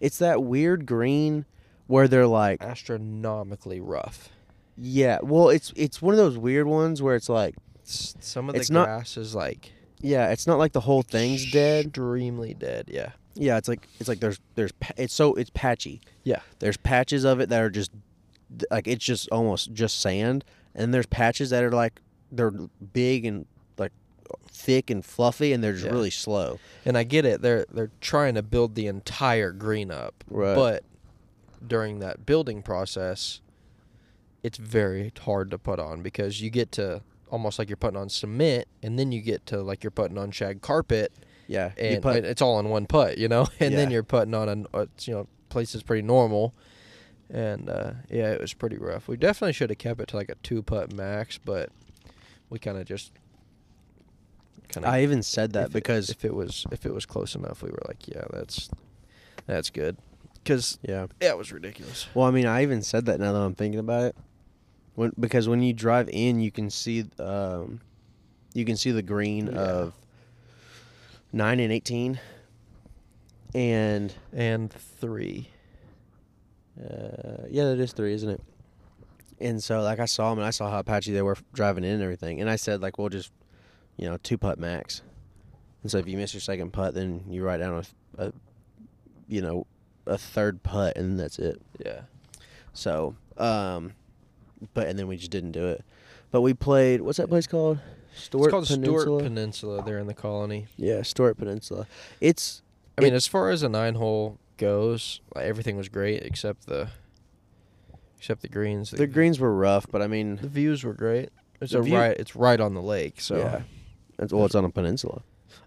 A: It's that weird green where they're like
B: astronomically rough.
A: Yeah, well, it's it's one of those weird ones where it's like,
B: S- Some of the
A: It's not-
B: grass is like
A: yeah, it's not like the whole thing's dead.
B: Extremely dead. Yeah.
A: Yeah, it's like it's like there's there's pa- it's so it's patchy.
B: Yeah.
A: There's patches of it that are just th- like it's just almost just sand, and there's patches that are like they're big and like thick and fluffy, and they're just
B: Yeah.
A: really slow.
B: And I get it. They're they're trying to build the entire green up.
A: Right.
B: But during that building process, it's very hard to put on because you get to almost like you're putting on cement, and then you get to like you're putting on shag carpet,
A: Yeah, you
B: and
A: put-
B: and it's all in one putt, you know. [laughs] And then
A: Yeah.
B: you're putting on a uh, you know place that's pretty normal. And uh, yeah, it was pretty rough. We definitely should have kept it to like a two putt max, but we kind of just kind
A: I even said that
B: if it-
A: because
B: if it was if it was close enough, we were like, yeah, that's that's good, because
A: yeah.
B: that was ridiculous.
A: Well, I mean, I even said that now that I'm thinking about it. When because when you drive in, you can see um, you can see the green
B: Yeah.
A: of nine and eighteen, and
B: And three,
A: uh, yeah, that is three, isn't it? And so like I saw them and I saw how patchy they were f- driving in and everything, and I said like we'll just you know two putt max, and so if you miss your second putt, then you write down a, th- a you know a third putt, and that's it.
B: yeah,
A: So, um, but and then we just didn't do it. But we played. What's that place called? Stuart
B: it's called
A: Peninsula.
B: Stewart Peninsula there in the colony.
A: yeah, Stuart Peninsula. It's
B: I mean, as far as a nine hole goes, like, everything was great except the except the greens.
A: the greens were rough, but I mean,
B: the views were great. It's
A: The
B: a
A: view-
B: right, it's right on the lake, so
A: yeah, it's, well, it's on a peninsula.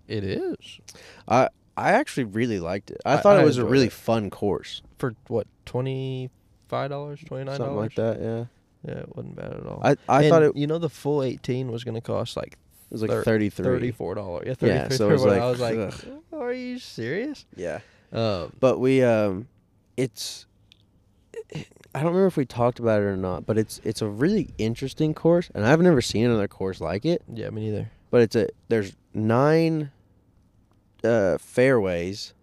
B: it is
A: I I actually really liked it. I,
B: I-
A: thought
B: I
A: it was a
B: enjoyed
A: really
B: it.
A: fun course,
B: for what twenty five dollars, twenty nine
A: something like
B: dollars,
A: that. Yeah,
B: Yeah, it wasn't bad at all.
A: I I thought it
B: you know the full eighteen was gonna cost like
A: was like
B: thir-
A: thirty three.
B: thirty-four dollars. Yeah,
A: Yeah,
B: thirty-three.
A: so it was
B: $34.
A: like,
B: I was like,
A: ugh.
B: are you serious?
A: Yeah,
B: Um,
A: but we um, it's. I don't remember if we talked about it or not, but it's it's a really interesting course, and I've never seen another course like it.
B: yeah, me neither.
A: but it's a there's nine uh, fairways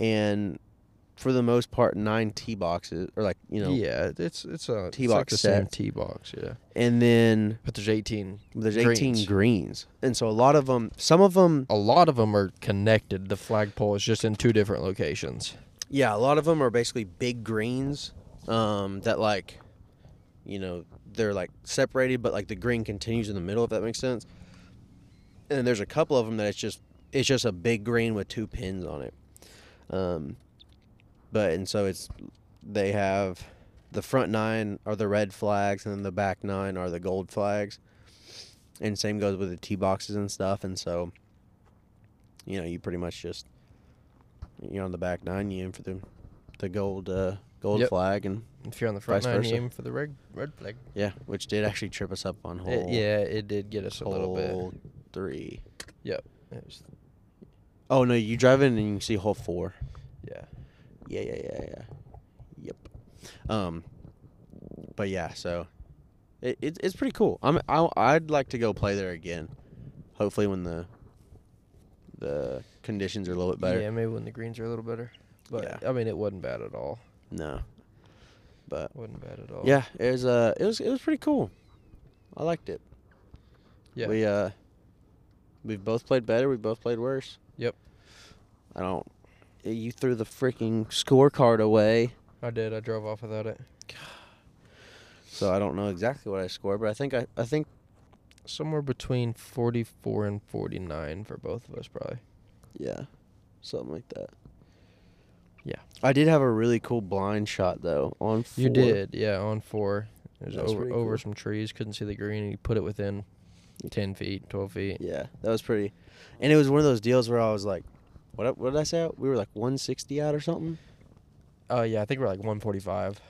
A: and for the most part nine tee boxes or like you know
B: yeah, it's it's a
A: Tee
B: it's like
A: box
B: the same
A: set.
B: tee box. Yeah,
A: and then
B: but there's eighteen.
A: there's 18
B: Greens.
A: greens and so a lot of them some of them
B: A lot of them are connected. The flagpole is just in two different locations.
A: yeah a lot of them are basically big greens um, that like you know they're like separated but like the green continues in the middle if that makes sense and there's a couple of them that it's just it's just a big green with two pins on it um, but and so it's they have the front nine are the red flags and then the back nine are the gold flags and same goes with the tee boxes and stuff and so you know you pretty much just you're on the back nine you aim for the the gold uh gold
B: Yep.
A: flag and
B: If you're on the front
A: Vice
B: nine,
A: versa.
B: you aim for the red red flag.
A: yeah which did actually trip us up on
B: It-
A: hole
B: yeah, it did get us a little bit.
A: hole three.
B: Yep. It was,
A: Oh no, you drive in and you can see hole four.
B: yeah.
A: Yeah, yeah, yeah, yeah. Yep. Um, but yeah, so it, it it's pretty cool. I'm I I'd like to go play there again. Hopefully, when the the conditions are a little bit better.
B: Yeah, maybe when the greens are a little better. But
A: Yeah.
B: I mean, it wasn't bad at all.
A: No, but
B: wasn't bad at all.
A: yeah, it was uh it was it was pretty cool. I liked it.
B: Yeah.
A: We uh we've both played better, we've both played worse.
B: Yep.
A: I don't you threw the freaking scorecard away,
B: I did. I drove off without it.
A: so I don't know exactly what I scored, but I think I, I think
B: somewhere between 44 and 49 for both of us probably
A: yeah, something like that.
B: Yeah.
A: I did have a really cool blind shot though on four.
B: you did yeah on four it was
A: That's
B: over
A: pretty
B: over
A: cool.
B: some trees couldn't see the green and you put it within 10 feet 12 feet
A: Yeah, that was pretty. And it was one of those deals where I was like what what did I say? We were like 160 out or something.
B: oh yeah i think we're like 145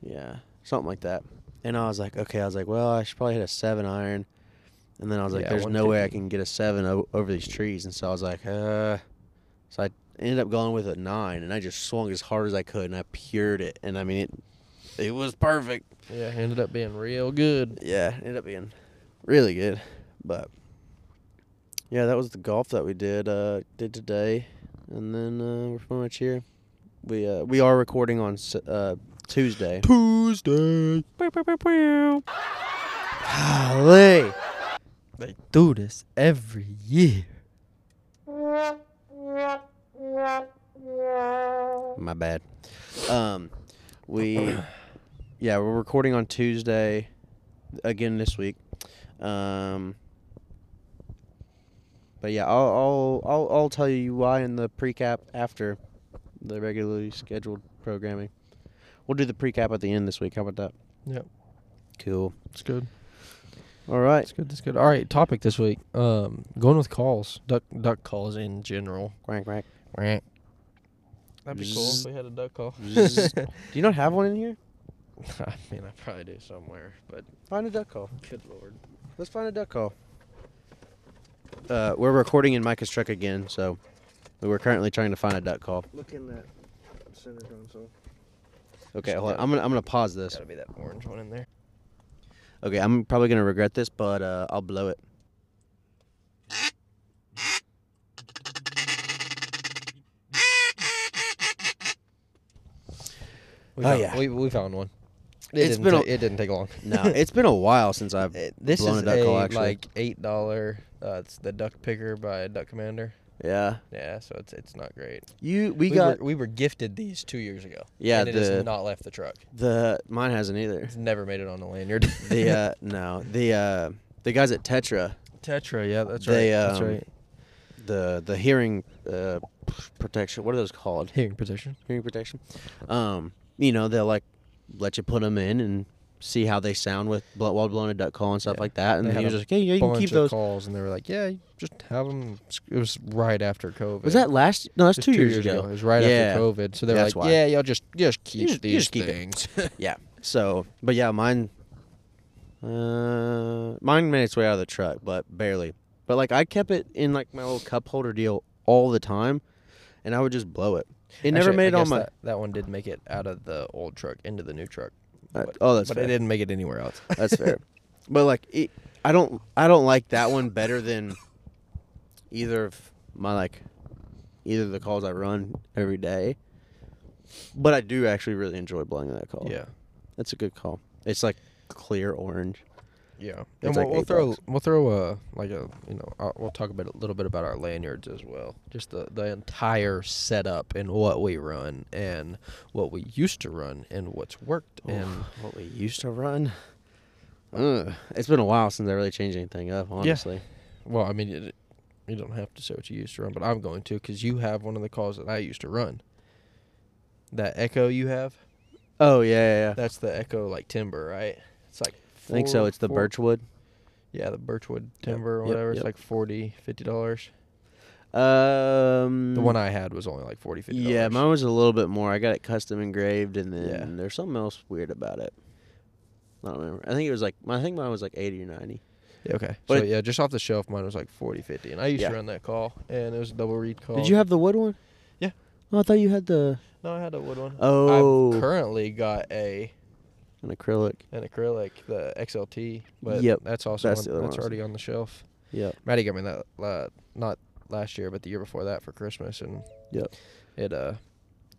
A: Yeah, something like that. And I was like, okay, I was like, well, I should probably hit a seven iron. And then I was like,
B: Yeah,
A: there's no way I
B: 150.
A: can get a seven o- over these trees. And so I was like, uh. So I ended up going with a nine, and I just swung as hard as I could, and I pured it. And I mean, it, it was perfect.
B: Yeah, ended up being real good.
A: Yeah, ended up being really good. But yeah, that was the golf that we did uh did today, and then uh, we're pretty much here. We uh, we are recording on s- uh, Tuesday.
B: Tuesday.
A: Golly.
B: They do this every year.
A: My bad. [clears throat] Um, we, yeah, we're recording on Tuesday again this week. Um, but yeah, I'll I'll I'll, I'll tell you why in the precap after the regularly scheduled programming. We'll do the precap at the end this week. How about that?
B: Yep.
A: Cool.
B: It's good.
A: All right.
B: It's good. It's good. All right, topic this week. Um, going with calls. Duck duck calls in general.
A: Quack quack.
B: That'd
A: be cool if Zzz. we
B: had a duck [laughs] call.
A: Zzz. Do you not have one in here?
B: [laughs] I mean, I probably do somewhere, but
A: Find a duck call.
B: good lord.
A: Let's find a duck call. Uh, we're recording in Micah's truck again, so we're currently trying to find a duck call.
C: Look in that center console.
A: Okay, hold on. I'm gonna I'm gonna pause this.
B: Gotta be that orange one in there.
A: Okay, I'm probably gonna regret this, but uh, I'll blow it.
B: We
A: Oh,
B: found-
A: yeah.
B: we, we found one. It
A: It's
B: didn't
A: been
B: ta-
A: a-
B: it didn't take long.
A: [laughs] No, it's been a while since I've
B: It- this
A: blown
B: is
A: a duck
B: a,
A: call, actually.
B: like eight dollar. Uh, it's the Duck Picker by Duck Commander.
A: yeah.
B: Yeah, so it's it's not great.
A: You we, got
B: were, we were gifted these two years ago.
A: yeah
B: and it has
A: the
B: not left the truck.
A: the mine hasn't either.
B: [laughs] It's never made it on the lanyard.
A: [laughs] The uh, no the uh, the guys at Tetra
B: [laughs] Tetra, yeah, that's right.
A: they,
B: that's
A: um,
B: right.
A: the the hearing uh, protection what are those called
B: Hearing protection.
A: hearing protection. Um, you know, they'll like let you put them in and see how they sound with blo- while blowing a duck call and stuff
B: Yeah.
A: like that. And
B: They
A: he
B: had
A: was
B: a
A: just like, "Yeah, yeah, you can
B: Bunch
A: keep
B: of
A: those."
B: calls, and they were like, "Yeah, you just have them." It was right after COVID.
A: Was that last? No, that's
B: It was
A: two, years, ago.
B: It was right
A: Yeah.
B: after COVID, so they were
A: That's
B: like,
A: why.
B: "Yeah, y'all just just keep
A: just- you
B: these
A: just keep it." [laughs]
B: things."
A: Yeah. So, but yeah, mine, uh, mine made its way out of the truck, but barely. But like, I kept it in like my little cup holder deal all the time, and I would just blow it. It never
B: Actually,
A: made it
B: I
A: on
B: guess
A: my.
B: That, that one did make it out of the old truck into the new truck,
A: uh,
B: but-
A: oh, that's
B: but
A: fair.
B: it didn't make it anywhere
A: [laughs]
B: else. Uh,
A: That's fair. but like, it, I don't, I don't like that one better than either of my like, either of the calls I run every day. But I do actually really enjoy blowing that call.
B: Yeah,
A: that's a good call. It's like clear orange.
B: yeah.
A: It's
B: And
A: like
B: we'll, we'll
A: eight
B: throw
A: bucks.
B: we'll throw a like a you know uh, we'll talk about a little bit about our lanyards as well. Just the the entire setup and what we run and what we used to run and what's worked and
A: what we used to run. Ugh. It's been a while since I really changed anything up. Honestly,
B: well, I mean, it, you don't have to say what you used to run, but I'm going to because you have one of the calls that I used to run. That Echo you have,
A: oh yeah, yeah, yeah.
B: that's the Echo like timber, right? It's like
A: I think so.
B: four-
A: It's the
B: four-
A: birchwood.
B: Yeah, the birchwood timber or
A: yep,
B: whatever.
A: yep.
B: It's like 40 dollars.
A: Um,
B: The one I had was only like 40 50
A: Yeah, mine was a little bit more. I got it custom engraved, and then
B: Yeah.
A: there's something else weird about it. I don't remember. I think it was like I think mine was like eighty or ninety.
B: Yeah, okay.
A: but
B: so
A: it-
B: yeah, just off the shelf, mine was like 40 50 and I used
A: Yeah.
B: to run that call, and it was a double read call.
A: Did you have the wood one?
B: Yeah.
A: Oh, I thought you had the
B: No, I had a wood one.
A: Oh.
B: I've currently got a
A: an acrylic.
B: an acrylic, the XLT, but
A: Yep,
B: that's also
A: that's
B: on-
A: the other one
B: that's
A: I was
B: already on the shelf.
A: Yep.
B: Maddie got me that uh, not last year, but the year before that for Christmas, and
A: Yep.
B: it uh,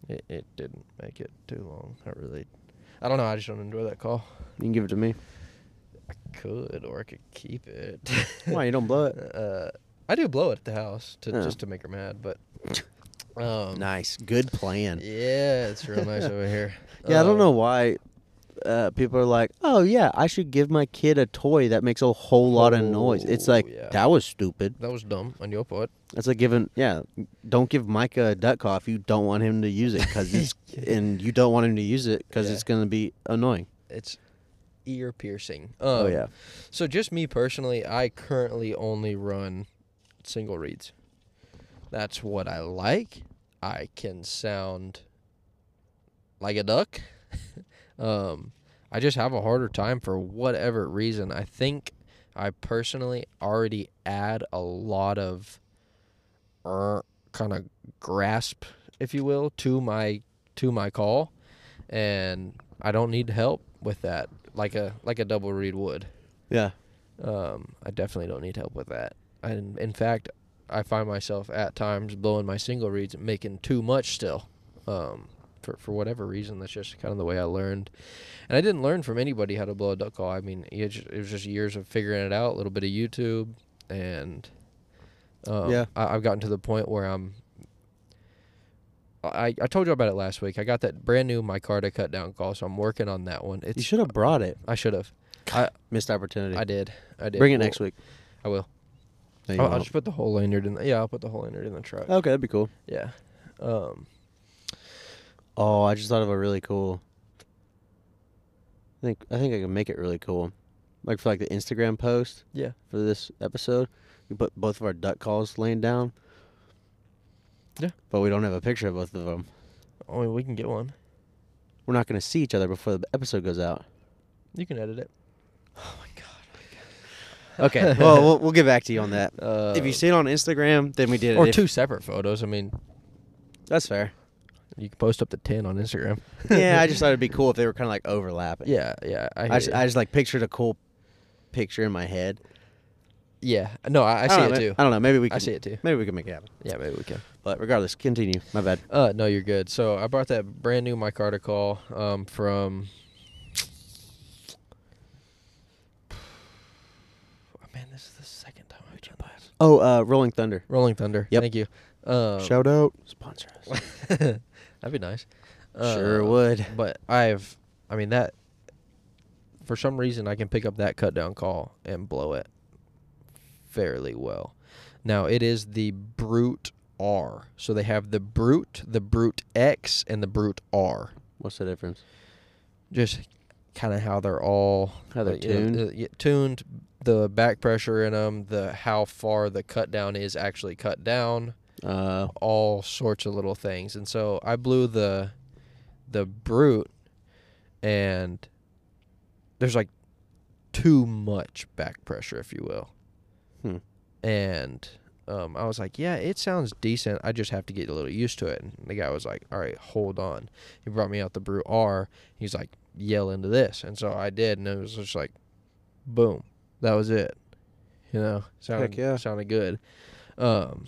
B: it, it didn't make it too long. I really, I don't know. I just don't enjoy that call.
A: You can give it to me.
B: I could, or I could keep it.
A: [laughs] Why you don't blow it?
B: [laughs] uh, I do blow it at the house to
A: Oh.
B: just to make her
A: [laughs]
B: mad, but um,
A: Nice, good plan.
B: yeah, it's real
A: [laughs]
B: nice over here.
A: Yeah, I don't
B: Um,
A: know why uh, people are like, "Oh yeah, I should give my kid a toy that makes a whole lot of noise." It's
B: Oh,
A: like
B: yeah.
A: that was stupid.
B: That was dumb on your part.
A: That's like giving yeah. Don't give Micah a duck call if you don't want him to use it because
B: [laughs]
A: it's and you don't want him to use it because
B: Yeah.
A: it's gonna be annoying.
B: It's ear piercing.
A: oh
B: Um,
A: yeah,
B: So just me personally, I currently only run single reads. That's what I like. I can sound like a duck. [laughs] um, I just have a harder time for whatever reason. I think I personally already add a lot of er, kind of grasp, if you will, to my to my call, and I don't need help with that. Like a like a double read would.
A: Yeah.
B: Um, I definitely don't need help with that. And in fact, I find myself at times blowing my single reads, and making too much still. Um, for for whatever reason, that's just kind of the way I learned. And I didn't learn from anybody how to blow a duck call. I mean, it, ju- it was just years of figuring it out, a little bit of YouTube, and um,
A: Yeah.
B: I, I've gotten to the point where I'm. I, I told you about it last week. I got that brand new micarta cut down call, so I'm working on that one.
A: You
B: It's
A: should have brought it.
B: I should have.
A: Missed opportunity.
B: I did. I did.
A: Bring it
B: Well,
A: next week.
B: I will.
A: No, you
B: I'll, I'll
A: won't.
B: just put the whole lanyard in. The, yeah, I'll put the whole lanyard in the truck.
A: okay, that'd be cool.
B: Yeah. Um.
A: Oh, I just thought of a really cool. I think I think I can make it really cool, like for like the Instagram post.
B: Yeah.
A: For this episode, we put both of our duck calls laying down.
B: Yeah.
A: But we don't have a picture of both of them.
B: I mean, oh, we can get one.
A: We're not going to see each other before the episode goes
B: [laughs]
A: out.
B: You can edit it. Oh [laughs]
A: Okay. well, well, we'll get back to you on that.
B: Uh,
A: if you see it on Instagram, then we did it.
B: or
A: If-
B: two separate photos. I mean,
A: That's
B: [laughs]
A: fair.
B: you can post up to ten on [laughs] Instagram.
A: yeah, I just thought it'd be cool if they were kind of like overlapping.
B: yeah, yeah. I,
A: I
B: hear
A: just,
B: you.
A: I just like pictured a cool picture in my head.
B: yeah. No, I, I see
A: don't
B: it
A: know,
B: too.
A: I don't know. Maybe we.
B: I
A: Can,
B: see it too.
A: Maybe we can make it happen.
B: Yeah, maybe we can.
A: But regardless, continue. My bad.
B: Uh, no, you're good. So I brought that brand new micarta call um, from. [sighs] Oh, man, this is the second time I've done this.
A: Oh, uh, Rolling Thunder.
B: Rolling Thunder.
A: Yep.
B: Thank you. Um, [laughs]
A: Shout out. Sponsor us.
B: That'd be nice.
A: [laughs] sure
B: Uh,
A: would.
B: But I've, I mean that. For some reason, I can pick up that cut down call and blow it fairly well. Now it is the brute R. So they have the brute, the brute X, and the brute R.
A: What's the difference?
B: Just kind of how they're all
A: How they're
B: like, you know,
A: tuned?
B: uh, yeah, tuned. The back pressure in them, the how far the cut down is actually cut down
A: Uh,
B: all sorts of little things. And so I blew the the brute and there's like too much back pressure, if you will.
A: Hmm.
B: And um, I was like, yeah, it sounds decent. I just have to get a little used to it. And the guy was like, all right, hold on. He brought me out the brute R. He's like, yell into this. And so I did. And it was just like, boom. That was it. You know, sounded,
A: yeah.
B: sounded good. Um,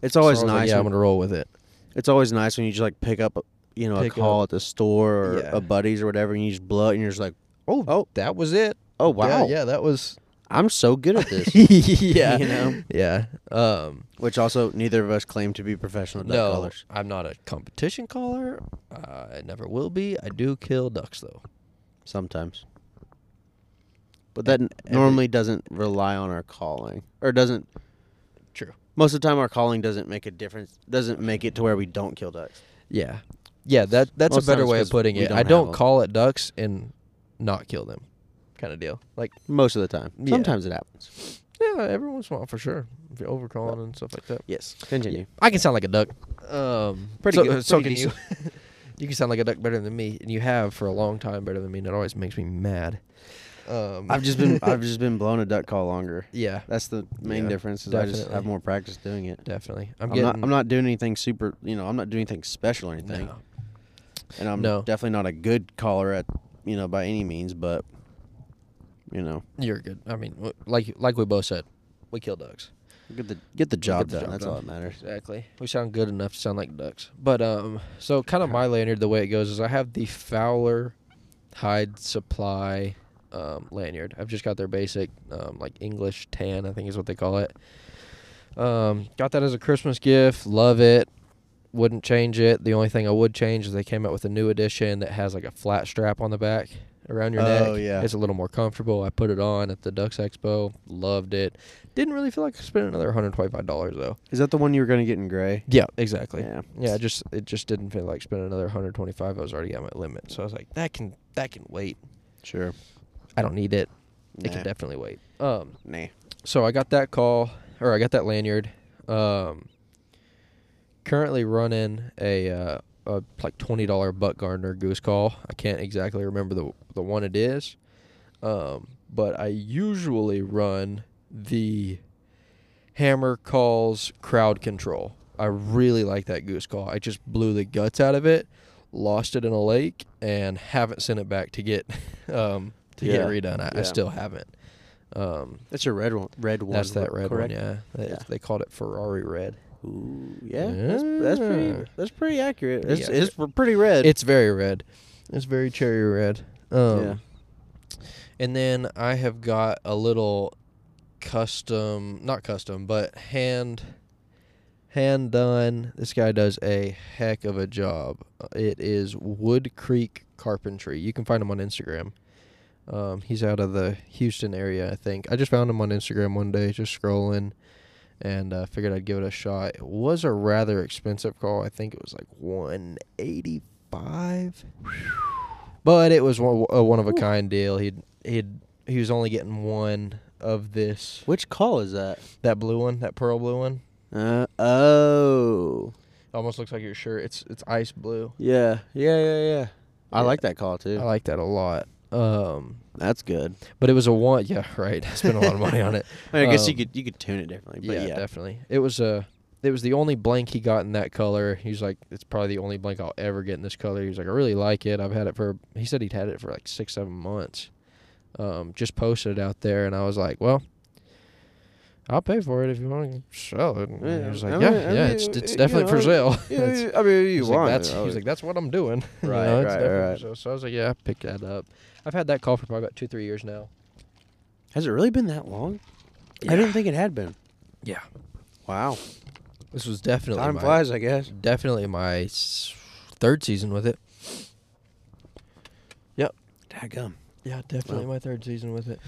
A: it's always
B: so I was like,
A: nice.
B: yeah, I'm
A: when,
B: gonna roll with it.
A: it's always nice when you just like pick up, you know, a
B: Pick
A: call at the store or
B: Yeah.
A: a buddy's or whatever, and you just blow it, and you're just like,
B: Oh, oh, that was it.
A: oh wow,
B: Yeah, yeah that [laughs] was.
A: I'm so good at
B: [laughs]
A: this.
B: yeah,
A: [laughs] You know?
B: Yeah. Um,
A: Which also neither of us claim to be professional duck
B: no,
A: callers.
B: I'm not a competition caller. I never will be. I do kill ducks though.
A: Sometimes. But that n normally doesn't rely on our calling, or doesn't.
B: True.
A: Most of the time, our calling doesn't make a difference. Doesn't make it to where we don't kill ducks.
B: Yeah. Yeah. That that's
A: Most
B: a better
A: times
B: way
A: 'cause
B: of putting
A: we
B: it.
A: don't
B: I
A: have
B: don't
A: 'em.
B: call it ducks and not kill them, kind of deal. Like
A: Most of the time.
B: Yeah.
A: Sometimes it happens.
B: yeah, every once in a while for sure. If you're overcalling and stuff like that.
A: Yes. Continue.
B: I can sound like a duck. Um,
A: Pretty
B: so,
A: good-
B: So
A: pretty
B: can you. [laughs] you can sound like a duck better than me, and you have for a long time better than me, and it always makes me mad. Um,
A: I've
B: [laughs]
A: just been I've just been blowing a duck call longer.
B: yeah,
A: That's the main
B: Yeah,
A: difference. Is I just have
B: definitely.
A: more practice doing it.
B: definitely.
A: I'm,
B: I'm, getting.
A: not I'm not doing anything super. You know, I'm not doing anything special or anything.
B: [laughs] no.
A: And I'm
B: No.
A: definitely not a good caller at you know by any means. But you know,
B: You're good. I mean, w- like like we both said, we kill ducks.
A: get the get the job
B: the
A: done.
B: job
A: That's all
B: done.
A: that matters.
B: Exactly. We sound good enough to sound like ducks. But um, so kind of my lanyard, the way it goes is I have the Fowler Hide Supply um, lanyard. I've just got their basic um, like English tan, I think is what they call it. Um, got that as a Christmas gift. Love it. Wouldn't change it. The only thing I would change is they came out with a new edition that has like a flat strap on the back around your neck.
A: Oh, yeah.
B: It's a little more comfortable. I put it on at the Ducks Expo. Loved it. Didn't really feel like spending another $125 though.
A: Is that the one you were gonna get in gray?
B: Yeah, exactly.
A: Yeah.
B: Yeah, it just it just didn't feel like spending another 125. I was already at my limit, so I was like, that can that can wait.
A: Sure.
B: I don't need it. It
A: Nah.
B: can definitely wait. Um,
A: Nah.
B: so I got that call, or I got that lanyard. Um, currently running a uh, a like twenty dollar Buck Gardner goose call. I can't exactly remember the the one it is, um, but I usually run the hammer calls crowd control. I really like that goose call. I just blew the guts out of it, lost it in a lake, and haven't sent it back to get [laughs] um, to
A: Yeah.
B: get redone. I,
A: Yeah.
B: I still haven't. Um,
A: That's your red one. Red one.
B: that's that red
A: correct?
B: one, yeah. They,
A: Yeah.
B: they called it Ferrari red.
A: Ooh, yeah, That's, that's
B: Yeah.
A: pretty. That's pretty accurate.
B: Pretty
A: it's, it's r- pretty red.
B: It's very red. It's very cherry red. Um,
A: Yeah.
B: And then I have got a little custom, not custom, but hand hand done. This guy does a heck of a job. It is Wood Creek Carpentry. You can find him on Instagram. Um, he's out of the Houston area, I think. I just found him on Instagram one day, just scrolling, and uh, figured I'd give it a shot. It was a rather expensive call. I think it was like one eighty five, but it was one, a one of a kind deal. He he he was only getting one of this
A: Which call is that?
B: that blue one, that pearl blue one.
A: Uh, oh,
B: Almost looks like your shirt. It's it's ice blue.
A: yeah, yeah, yeah, yeah. I
B: Yeah.
A: like that call too.
B: I like that a lot. Um,
A: that's good.
B: but it was a one. Yeah, [laughs] right. I spent a lot of money on it.
A: I, mean, I guess you
B: Um,
A: could you could tune it differently, [laughs] but
B: yeah,
A: yeah,
B: definitely. It was a. It was the only blank he got in that color. He's like, it's probably the only blank I'll ever get in this color. He's like, I really like it. I've had it for. He said he'd had it for like six, seven months. Um, just posted it out there, and I was like, well. I'll pay for it if you want to sell it. And he
A: Yeah,
B: was like,
A: I
B: yeah,
A: mean- I
B: yeah,
A: mean,
B: it's
A: it-
B: it's
A: you
B: definitely for
A: know,
B: sale.
A: [laughs] Yeah,
B: [laughs] It's-
A: I mean, you
B: He's
A: want
B: like, that's,
A: it,
B: he's
A: I would-
B: like, that's what I'm doing. [laughs] You
A: Right,
B: know, it's
A: right,
B: definitely
A: right.
B: So, so I was like, yeah, I picked that up. I've had that call for probably about two, three years now.
A: has it really been that long? I didn't think it had been.
B: Yeah.
A: Wow,
B: This was definitely
A: time
B: my,
A: flies, I guess.
B: definitely my s- third season with it.
A: Dadgum.
B: Yeah, definitely my third season with it.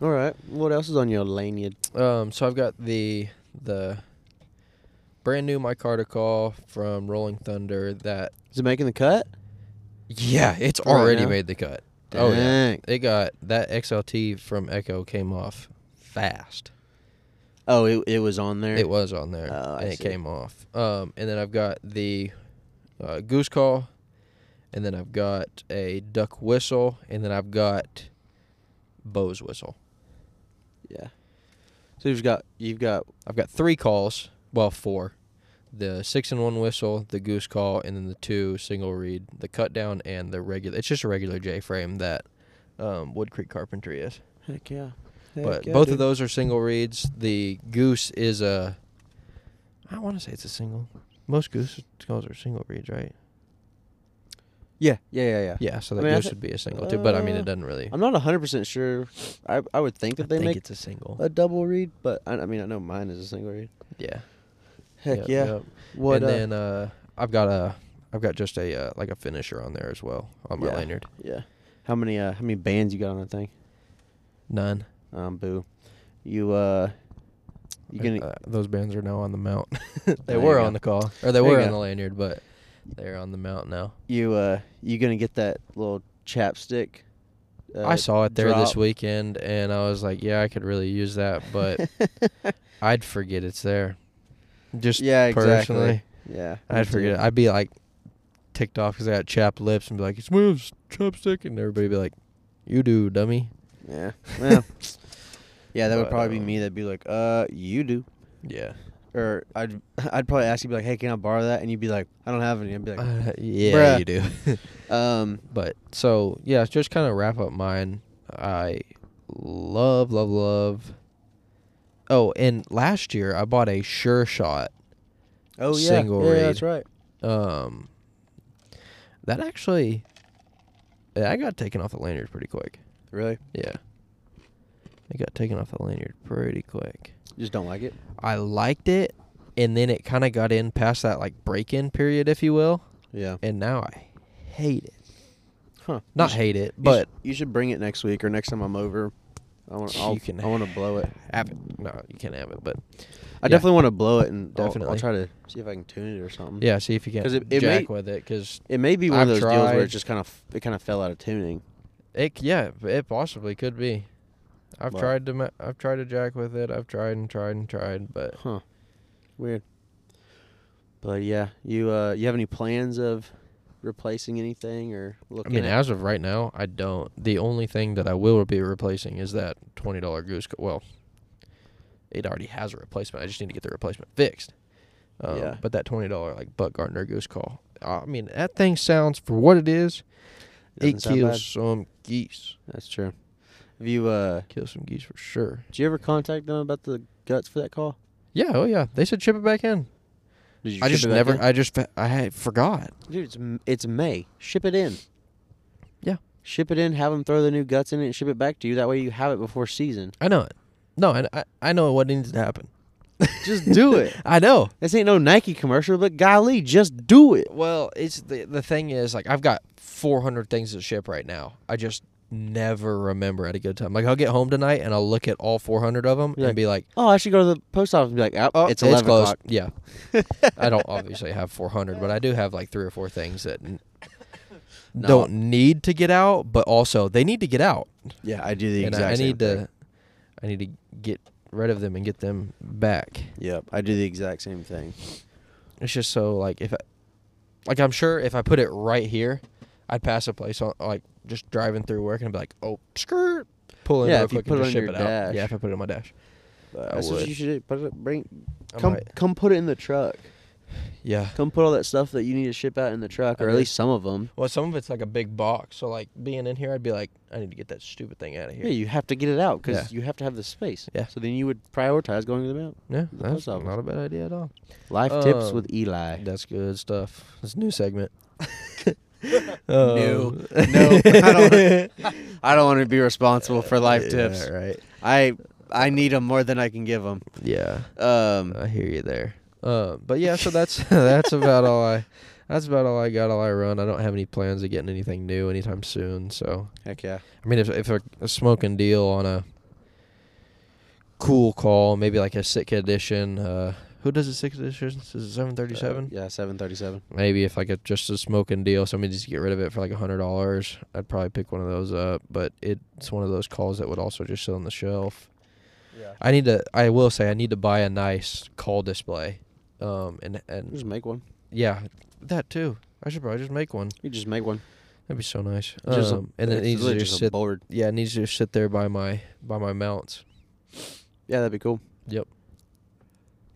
A: All right, what else is on your lanyard?
B: Um, so I've got the the brand new micarta call from Rolling Thunder that
A: Is it making the cut?
B: yeah, it's
A: Right
B: already
A: now?
B: made the cut. Oh, yeah.
A: Dang.
B: It got that XLT from Echo came off fast.
A: Oh, it, it was on there.
B: It was on there,
A: Oh, I
B: and it
A: see.
B: came off. Um, and then I've got the uh, goose call, and then I've got a duck whistle, and then I've got Bo's whistle.
A: Yeah. So you've got you've got
B: I've got three calls. Well, four. The six and one whistle, the goose call, and then the two single read, the cut down, and the regular. It's just a regular J frame that um, Wood Creek Carpentry is.
A: heck yeah.
B: but both of those are single reads. The goose is a. I want to say it's a single. Most goose calls are single reads, right?
A: Yeah, yeah, yeah, yeah.
B: Yeah,
A: I
B: so the
A: mean, I
B: goose
A: thi-
B: would be a single too. But I mean,
A: Uh,
B: it doesn't really.
A: I'm not 100% sure. I I would think that
B: I
A: they
B: think
A: make
B: it's a single.
A: a double read, but I, I mean, I know mine is a single read.
B: yeah.
A: Heck
B: Yep,
A: yeah.
B: yep.
A: What
B: and
A: uh,
B: then uh, I've got a, I've got just a uh, like a finisher on there as well on my
A: Yeah.
B: lanyard.
A: yeah. How many uh how many bands you got on that thing?
B: None.
A: Um boo. You uh you gonna
B: Uh, those bands are now on the mount. [laughs] they
A: There
B: were
A: you go.
B: on the call, or they
A: There you
B: were on
A: go.
B: the lanyard, but they're on the mount now.
A: you uh you gonna get that little chapstick? Uh,
B: I saw it there this
A: drop?
B: weekend, and I was like, yeah, I could really use that, [laughs] but I'd forget it's there. Just
A: Yeah, exactly.
B: personally,
A: Yeah. me
B: I'd
A: too.
B: forget. It. I'd be like ticked off because I got chapped lips and be like, it's my chopstick, and everybody'd be like, you do, dummy.
A: [laughs] Yeah. Well. yeah, that would
B: But,
A: probably be
B: um,
A: me. That'd be like, uh, you do.
B: [laughs] Yeah.
A: Or I'd [laughs] I'd probably ask you be like, hey, can I borrow that? And you'd be like, I don't have any. I'd be like,
B: Uh, yeah,
A: Bruh.
B: you do. [laughs] Uh,
A: um,
B: But so yeah, just kind of wrap up mine. I love, love, love. Oh, and last year I bought a Sure Shot.
A: oh yeah,
B: Single
A: yeah, that's
B: read.
A: right.
B: Um, that actually, yeah, I got taken off the lanyard pretty quick.
A: Really?
B: Yeah, I got taken off the lanyard pretty quick.
A: Just don't like it.
B: I liked it, and then it kind of got in past that like break-in period, if you will,
A: Yeah.
B: and now I hate it.
A: Huh. You
B: Not
A: sh-
B: hate it,
A: you sh-
B: but
A: you should bring it next week or next time I'm over. I want. I'll,
B: You can
A: I want to blow it.
B: have it. No, you can't have it, but
A: I
B: Yeah.
A: definitely want to blow it, and I'll- I'll,
B: Definitely.
A: try to see if I can tune it or something.
B: Yeah, see if you can
A: 'Cause
B: jack
A: it- it may-
B: with it because
A: It may be one
B: I've
A: of those deals where
B: tried.
A: it just kind of it kind of fell out of tuning.
B: it yeah it possibly could be. I've
A: Well.
B: tried to ma- I've tried to jack with it. I've tried and tried and tried, but
A: Huh. Weird. But yeah, you uh, you have any plans of replacing anything or
B: I
A: looking?
B: mean,
A: at?
B: as of right now, I don't. The only thing that I will be replacing is that twenty dollar goose. Co- well, it already has a replacement. I just need to get the replacement fixed. Um,
A: Yeah.
B: But that twenty dollar like Buck Gardner goose call. I mean, that thing sounds for what it is.
A: Doesn't
B: it
A: sound
B: kills some geese.
A: bad. That's true. Have you uh,
B: Kills some geese for sure.
A: did you ever contact them about the guts for that call?
B: Yeah. Oh yeah. They said chip it back in.
A: Did you
B: I
A: ship
B: just
A: it back
B: never.
A: in?
B: I just. fa- I
A: [laughs]
B: had forgot.
A: Dude, it's M- it's May. Ship it in.
B: Yeah.
A: Ship it in. Have them throw the new guts in it and ship it back to you. That way you have it before season.
B: I know it. No, I I, I know what needs to happen.
A: [laughs] Just do it.
B: [laughs] I know.
A: [laughs] This ain't no Nike commercial, but golly, just do it.
B: Well, it's the the thing is like I've got 400 things to ship right now. I just never remember at a good time. Like I'll get home tonight and I'll look at all 400 of them
A: Yeah.
B: and be like,
A: Oh, I should go to the post office and be like, oh,
B: "Oh,
A: it's 11
B: closed."
A: o'clock.
B: Yeah. I don't obviously have 400, but I do have like three or four things that n-
A: No.
B: don't need to get out, but also they need to get out.
A: Yeah, I do the
B: and I, I need to I need to get rid of them and get them back.
A: Yep, I do the exact same thing.
B: It's just so like if I, like I'm sure if I put it right here, I'd pass a place on like just driving through work and be like, oh skirt, pull in
A: Yeah,
B: real
A: if you
B: quick
A: put it
B: and just
A: on
B: ship
A: your
B: it out. Yeah,
A: dash.
B: if I put it on my dash, I
A: That's what
B: would.
A: you should do. Put it, bring,
B: I
A: come,
B: might.
A: come put it in the truck.
B: yeah.
A: Come put all that stuff that you need to ship out in the truck,
B: I
A: or at
B: did.
A: least some of them.
B: Well, some of it's like a big box, so like being in here, I'd be like, I need to get that stupid thing out of
A: Yeah,
B: here.
A: you have to get it out because
B: Yeah.
A: you have to have the space.
B: Yeah.
A: So then you would prioritize going to the mail.
B: Yeah,
A: the
B: that's
A: post office.
B: not a bad idea at all.
A: Life tips
B: Um,
A: with Eli.
B: That's good stuff. It's a new segment.
A: No.
B: [laughs]
A: No, I don't. I don't want to be responsible for life tips.
B: Yeah, right?
A: I I need them more than I can give them.
B: Yeah.
A: Um,
B: I hear you there. Uh, but yeah, so that's [laughs] that's about all I that's about all I got. All I run. I don't have any plans of getting anything new anytime soon. So
A: heck yeah.
B: I mean, if if a, a smoking deal on a cool call, maybe like a Sitka edition. Uh, who does a Sitka edition? Is it seven thirty seven?
A: Yeah, seven thirty-seven.
B: Maybe if like a just a smoking deal, somebody just get rid of it for like a hundred dollars. I'd probably pick one of those up. But it's one of those calls that would also just sit on the shelf.
C: Yeah.
B: I need to. I will say I need to buy a nice call display. Um and and
A: Just make one.
B: yeah, that too. I should probably just make one.
A: You just make one.
B: That'd be so nice.
A: Just a-
B: um, and then it
A: it's
B: needs to
A: literally
B: just
A: a
B: sit.
A: board.
B: Yeah, it needs to just sit there by my by my mounts.
A: Yeah, that'd be cool.
B: Yep.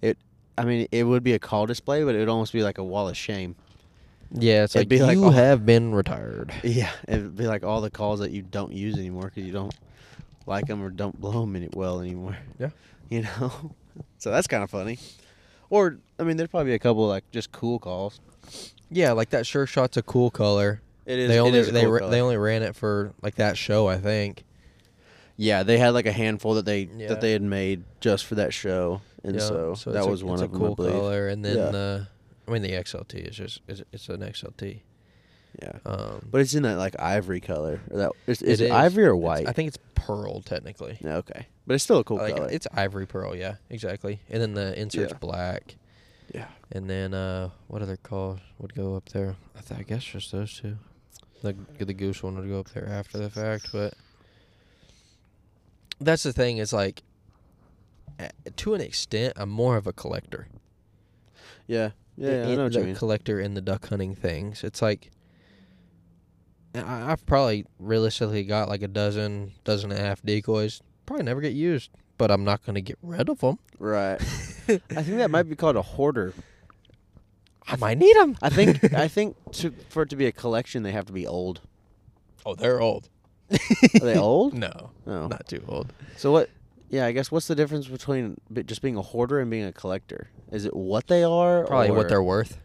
A: It. I mean, it would be a call display, but it would almost be like a wall of shame. [laughs]
B: Yeah, it's
A: It'd
B: like oh.
A: be like
B: you
A: all-
B: have been retired.
A: Yeah, it'd be like all the calls that you don't use anymore because you don't like them or don't blow them any well anymore.
B: Yeah.
A: [laughs] You know, [laughs] so that's kind of funny. Or I mean, there'd probably be a couple like just cool calls.
B: Yeah, like that sure shot's a cool color.
A: It is.
B: they only
A: it is a
B: they
A: cool
B: ra-
A: color.
B: they only ran it for like that show, I think.
A: yeah, they had like a handful that they
B: Yeah.
A: that they had made just for that show, and
B: Yeah,
A: so, that
B: it's a-
A: was one
B: it's
A: of
B: a
A: them. I
B: cool
A: believe.
B: color, and then
A: Yeah.
B: uh, I mean the XLT is just is it's an XLT.
A: Yeah.
B: Um,
A: But it's in that like ivory color. Or that is, is
B: It
A: it,
B: is.
A: ivory or
B: It's-
A: white?
B: I think it's pearl technically.
A: Yeah, okay, but it's still a cool
B: like,
A: color.
B: It's ivory pearl, yeah, exactly. And then the insert's
A: Yeah.
B: black.
A: Yeah.
B: And then uh, what other call would go up there? I, th- I guess just those two. The the goose one would go up there after the fact, but that's the thing. Is like a- to an extent, I'm more of a collector.
A: yeah, yeah, yeah, I
B: in-
A: know what
B: the
A: you mean.
B: collector in the duck hunting things. It's like I- I've probably realistically got like a dozen, dozen and a half decoys. Probably never get used, but I'm not gonna get rid of them.
A: right. [laughs] I think that might be called a hoarder.
B: [laughs] I might need them.
A: [laughs] I
B: [laughs]
A: think I think to, for it to be a collection, they have to be old.
B: Oh, they're old.
A: Are they old?
B: [laughs]
A: Oh.
B: No,
A: [laughs] No.
B: not too old.
A: So what? Yeah, I guess what's the difference between bi- just being a hoarder and being a collector? Is it what they are?
B: Probably what
A: or-
B: they're worth.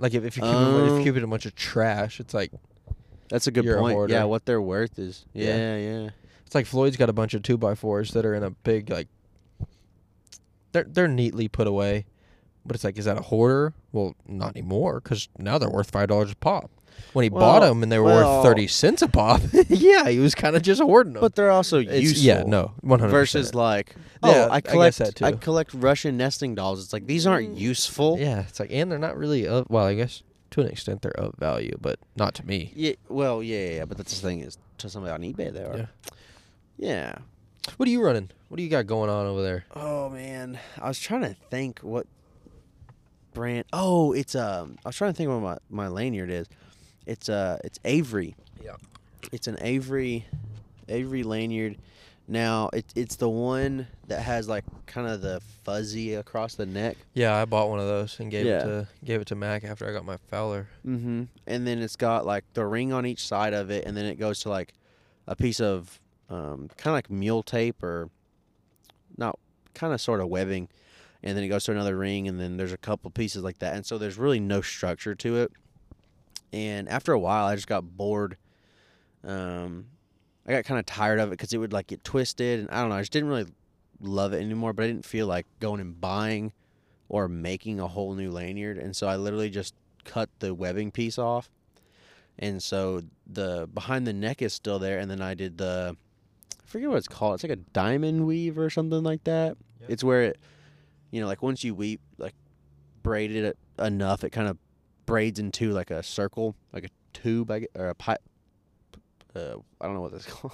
B: Like if, if you keep it, if
A: Um,
B: you keep it a bunch of trash, it's like
A: That's a good
B: You're a
A: point. yeah,
B: hoarder.
A: what they're worth is. Yeah,
B: Yeah.
A: yeah.
B: it's like Floyd's got a bunch of two by fours that are in a big like. They're they're neatly put away, but it's like, is that a hoarder? Well, not anymore, because now they're worth five dollars a pop. When he bought 'em bought
A: Well,
B: them and they were
A: well-
B: worth thirty cents a pop, [laughs] yeah, he was kind of just hoarding them.
A: But they're also useful.
B: yeah, no, one hundred
A: Versus like, oh,
B: Yeah, I
A: I
B: guess
A: collect
B: that
A: I
B: too.
A: collect Russian nesting dolls. It's like these aren't useful.
B: yeah, it's like, and they're not really of. Well, I guess to an extent they're of value, but not to me.
A: Yeah, well, yeah, yeah, yeah, but that's the thing is to somebody on eBay they are.
B: Yeah.
A: Yeah.
B: What are you running? What do you got going on over there?
A: Oh man, I was trying to think what brand? Oh, it's um. I was trying to think what my my lanyard is. It's uh. It's Avery.
B: Yeah.
A: It's an Avery, Avery lanyard. Now it's it's the one that has like kind of the fuzzy across the neck.
B: Yeah, I bought one of those and gave
A: Yeah.
B: it to gave it to Mac after I got my Fowler.
A: Mm-hmm. And then it's got like the ring on each side of it, and then it goes to like a piece of um, kind of like mule tape or not kind of sort of webbing, and then it goes to another ring, and then there's a couple pieces like that, and so there's really no structure to it. And after a while, I just got bored. Um, I got kind of tired of it because it would like get twisted, and I don't know. I just didn't really love it anymore, but I didn't feel like going and buying or making a whole new lanyard, and so I literally just cut the webbing piece off. And so the behind the neck is still there. And then I did the, I forget what it's called. It's like a diamond weave or something like that.
B: Yeah.
A: It's where it, you know, like once you weave, like braid it enough, it kind of braids into like a circle, like a tube, I gue- or a pipe. Uh, I don't know what that's [laughs] called.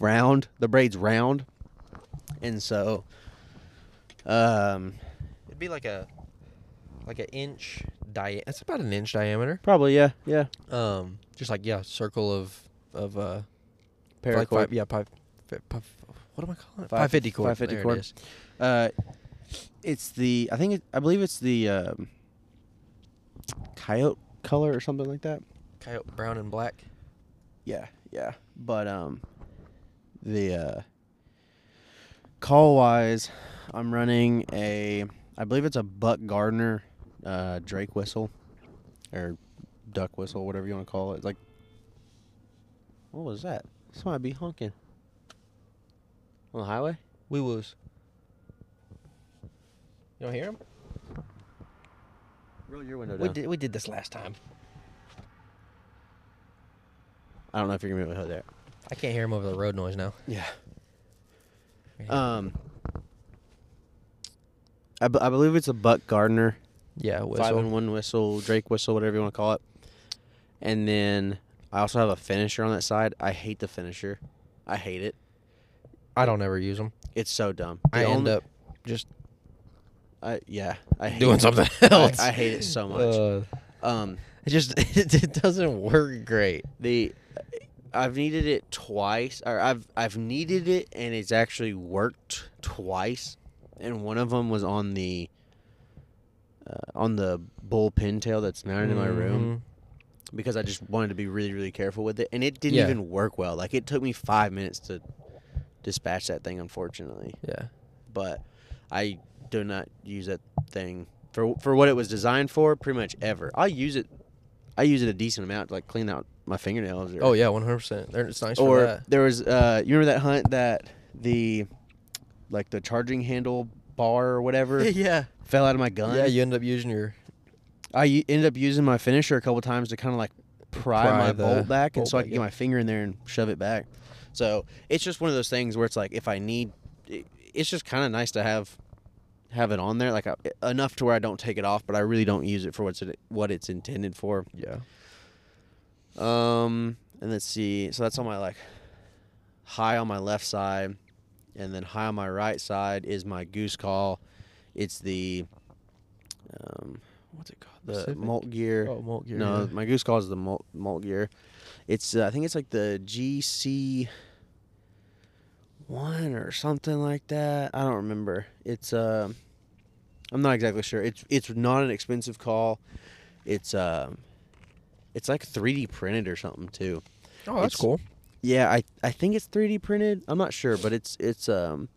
A: round. The braid's round. And so, um,
B: It'd be like a like an inch diameter. It's about an inch diameter.
A: probably, yeah, yeah.
B: Um, just like yeah, circle of of uh,
A: Paracord.
B: like five, yeah, five, fi- five. What am I calling it?
A: Five-
B: Five fifty cord.
A: 550
B: There it
A: cord.
B: is.
A: Uh, it's the I think it, I believe it's the um, coyote color or something like that.
B: Coyote brown and black.
A: Yeah, yeah. But um, the uh, call wise, I'm running a I believe it's a Buck Gardner uh, Drake whistle or duck whistle, whatever you want to call it. It's like what was that? Somebody be honking on the highway.
B: Wee woos. You don't hear him?
A: Roll your window
B: We did we did this last time.
A: I don't know if you're gonna be able to hear that.
B: I can't hear him over the road noise now.
A: Yeah. Um, I, b- I believe it's a Buck Gardner
B: yeah,
A: five
B: whistle.
A: and one whistle, Drake whistle, whatever you want to call it. And then I also have a finisher on that side. I hate the finisher. I hate it.
B: I don't ever use them.
A: It's so dumb.
B: I
A: The
B: end
A: only-
B: up just
A: I, yeah. I hate [laughs]
B: doing
A: it.
B: something
A: I,
B: else.
A: I hate it so much.
B: [laughs] Uh,
A: um,
B: it just [laughs] it, doesn't work great.
A: the I've needed it twice, or I've I've needed it and it's actually worked twice, and one of them was on the uh, on the bull pintail that's mounted in my room because I just wanted to be really really careful with it, and it didn't
B: Yeah.
A: even work well. Like it took me five minutes to dispatch that thing, unfortunately.
B: Mm-hmm. Yeah.
A: But I do not use that thing for for what it was designed for, pretty much ever. I use it, I use it a decent amount to like clean out my fingernails. Or,
B: Oh yeah, one hundred percent. It's nice for
A: or
B: that.
A: there was uh you remember that hunt that the like the charging handle bar or whatever
B: yeah.
A: fell out of my gun
B: Yeah, you end up using your
A: i u- ended up using my finisher a couple times to kind of like pry,
B: Pry
A: my
B: the
A: bolt back and
B: bolt
A: so i
B: back,
A: could get
B: yeah.
A: my finger in there and shove it back so it's just one of those things where it's like if i need it, it's just kind of nice to have have it on there like I, enough to where i don't take it off but i really don't use it for what's it, what it's intended for
B: yeah.
A: um, and let's see. So that's on my like high on my left side, and then high on my right side is my goose call. It's the um, what's it called? The
B: Pacific?
A: molt gear.
B: Oh, molt gear.
A: no,
B: yeah.
A: my goose call is the molt, molt gear. It's uh, I think it's like the GC one or something like that. I don't remember. It's um, I'm not exactly sure. It's it's not an expensive call. It's um, it's like 3D printed or something too.
B: Oh, that's
A: it's-
B: cool.
A: Yeah, I I think it's 3D printed. I'm not sure, but it's it's um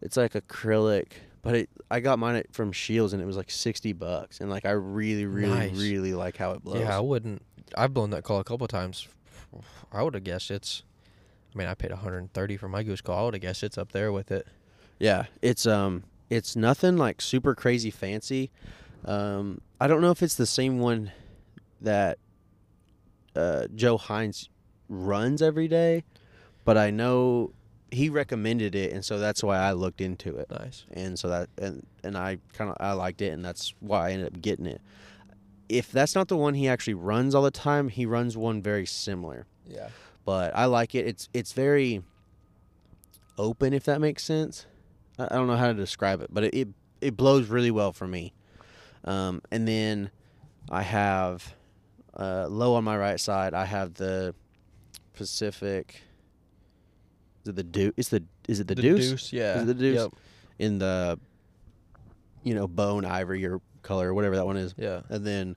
A: it's like acrylic, but it I got mine at, from Shields and it was like 60 bucks and like I really really
B: Nice.
A: really like how it blows.
B: Yeah, I wouldn't. I've blown that call a couple times. I would have guessed it's. I mean, I paid 130 for my goose call. I would have guessed it's up there with it.
A: Yeah, it's um it's nothing like super crazy fancy. Um I don't know if it's the same one that uh Joe Hines runs every day, but I know he recommended it and so that's why I looked into it.
B: Nice.
A: and so that and and I kind of I liked it, and that's why I ended up getting it. If that's not the one he actually runs all the time, he runs one very similar,
B: Yeah.
A: but I like it. It's it's very open, if that makes sense. I, I don't know how to describe it, but it, it it blows really well for me. Um, and then I have uh, low on my right side. I have the Pacific. Is it the Deuce? It's the is it the, Deuce?
B: yeah.
A: Is it the Deuce?
B: Yep.
A: in the you know bone ivory or color or whatever that one is
B: Yeah.
A: and then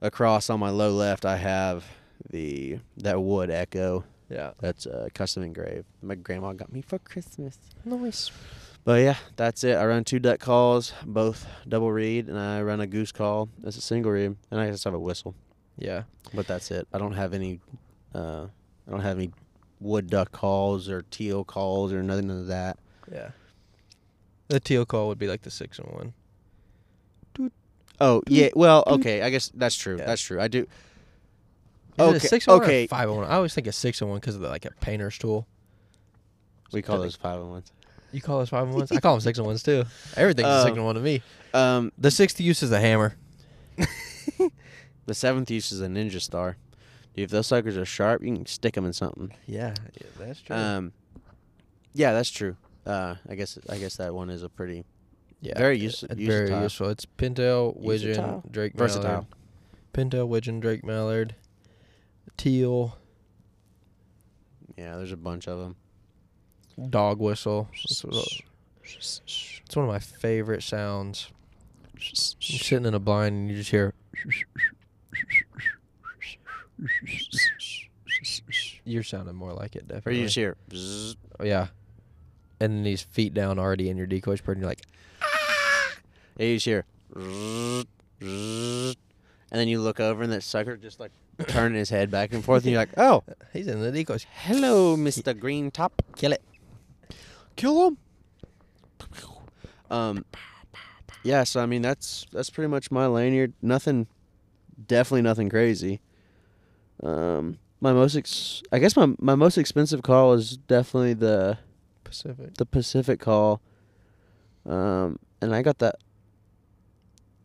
A: across on my low left i have the that wood echo
B: Yeah.
A: that's uh, custom engraved my grandma got me for christmas
B: Nice.
A: but yeah that's it i run two duck calls both double reed and i run a goose call as a single reed and i just have a whistle
B: Yeah.
A: but that's it i don't have any uh i don't have any wood duck calls or teal calls or nothing of that
B: Yeah. The teal call would be like the six and one.
A: Oh yeah, well okay, I guess that's true.
B: Yeah.
A: That's true. I do.
B: Is it a
A: Okay,
B: six and one or
A: okay.
B: a five and one? I always think a six and one because of the, like a painter's tool.
A: We call those five and ones.
B: You call those five and ones? [laughs] Uh, I call them six and ones too. Everything's a six
A: Um,
B: and one to me.
A: Um,
B: The sixth use is a hammer.
A: the seventh use is a ninja star. Dude, if those suckers are sharp, you can stick them in something.
B: Yeah, yeah that's true.
A: Um, yeah, that's true. Uh, I guess I guess that one is a pretty
B: yeah,
A: very use-
B: uh, very
A: versatile.
B: useful. It's Pintail,
A: Usatile?
B: Widgeon, Drake
A: versatile.
B: Mallard. Pintail, Widgeon, Drake Mallard, Teal,
A: Yeah, there's a bunch of them.
B: Dog Whistle. It's it's one of my favorite sounds. You're sitting in a blind and you just hear. You're sounding more like it,
A: Or
B: definitely. Oh,
A: you just hear. bzzz.
B: yeah. And then these feet down already and your decoys spread and you're like,
A: Yeah, You just hear. bzzz, bzzz. And then you look over and that sucker just like turning his head back and forth, and you're like, "Oh,
B: he's in the decoys.
A: hello, Mister Green Top."
B: Kill it.
A: kill him. Um, yeah. So I mean, that's that's pretty much my lanyard. Nothing, definitely nothing crazy. Um, my most ex- I guess my my most expensive call is definitely the
B: Pacific.
A: the Pacific call. Um, and I got that.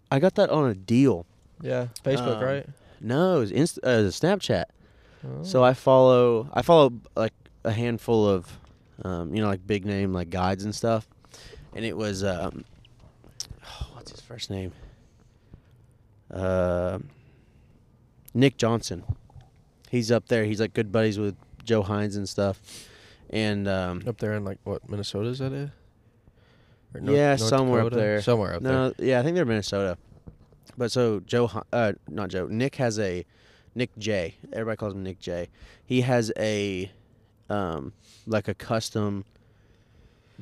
A: I got that on a deal.
B: Yeah. Facebook,
A: Um,
B: right? Oh.
A: No, it was inst- uh, it was Snapchat. So I follow I follow like a handful of um, you know like big name like guides and stuff, and it was um, [sighs] what's his first name? Uh, Nick Johnson. He's up there. He's like good buddies with Joe Hines and stuff, and um,
B: up there in like what Minnesota is that it? Or
A: Yeah, somewhere up
B: Dakota?
A: there.
B: Somewhere up there.
A: no, yeah, I think they're Minnesota. But so Joe, Hi- uh, not Joe, Nick has a Nick J. Everybody calls him Nick J. He has a um, like a custom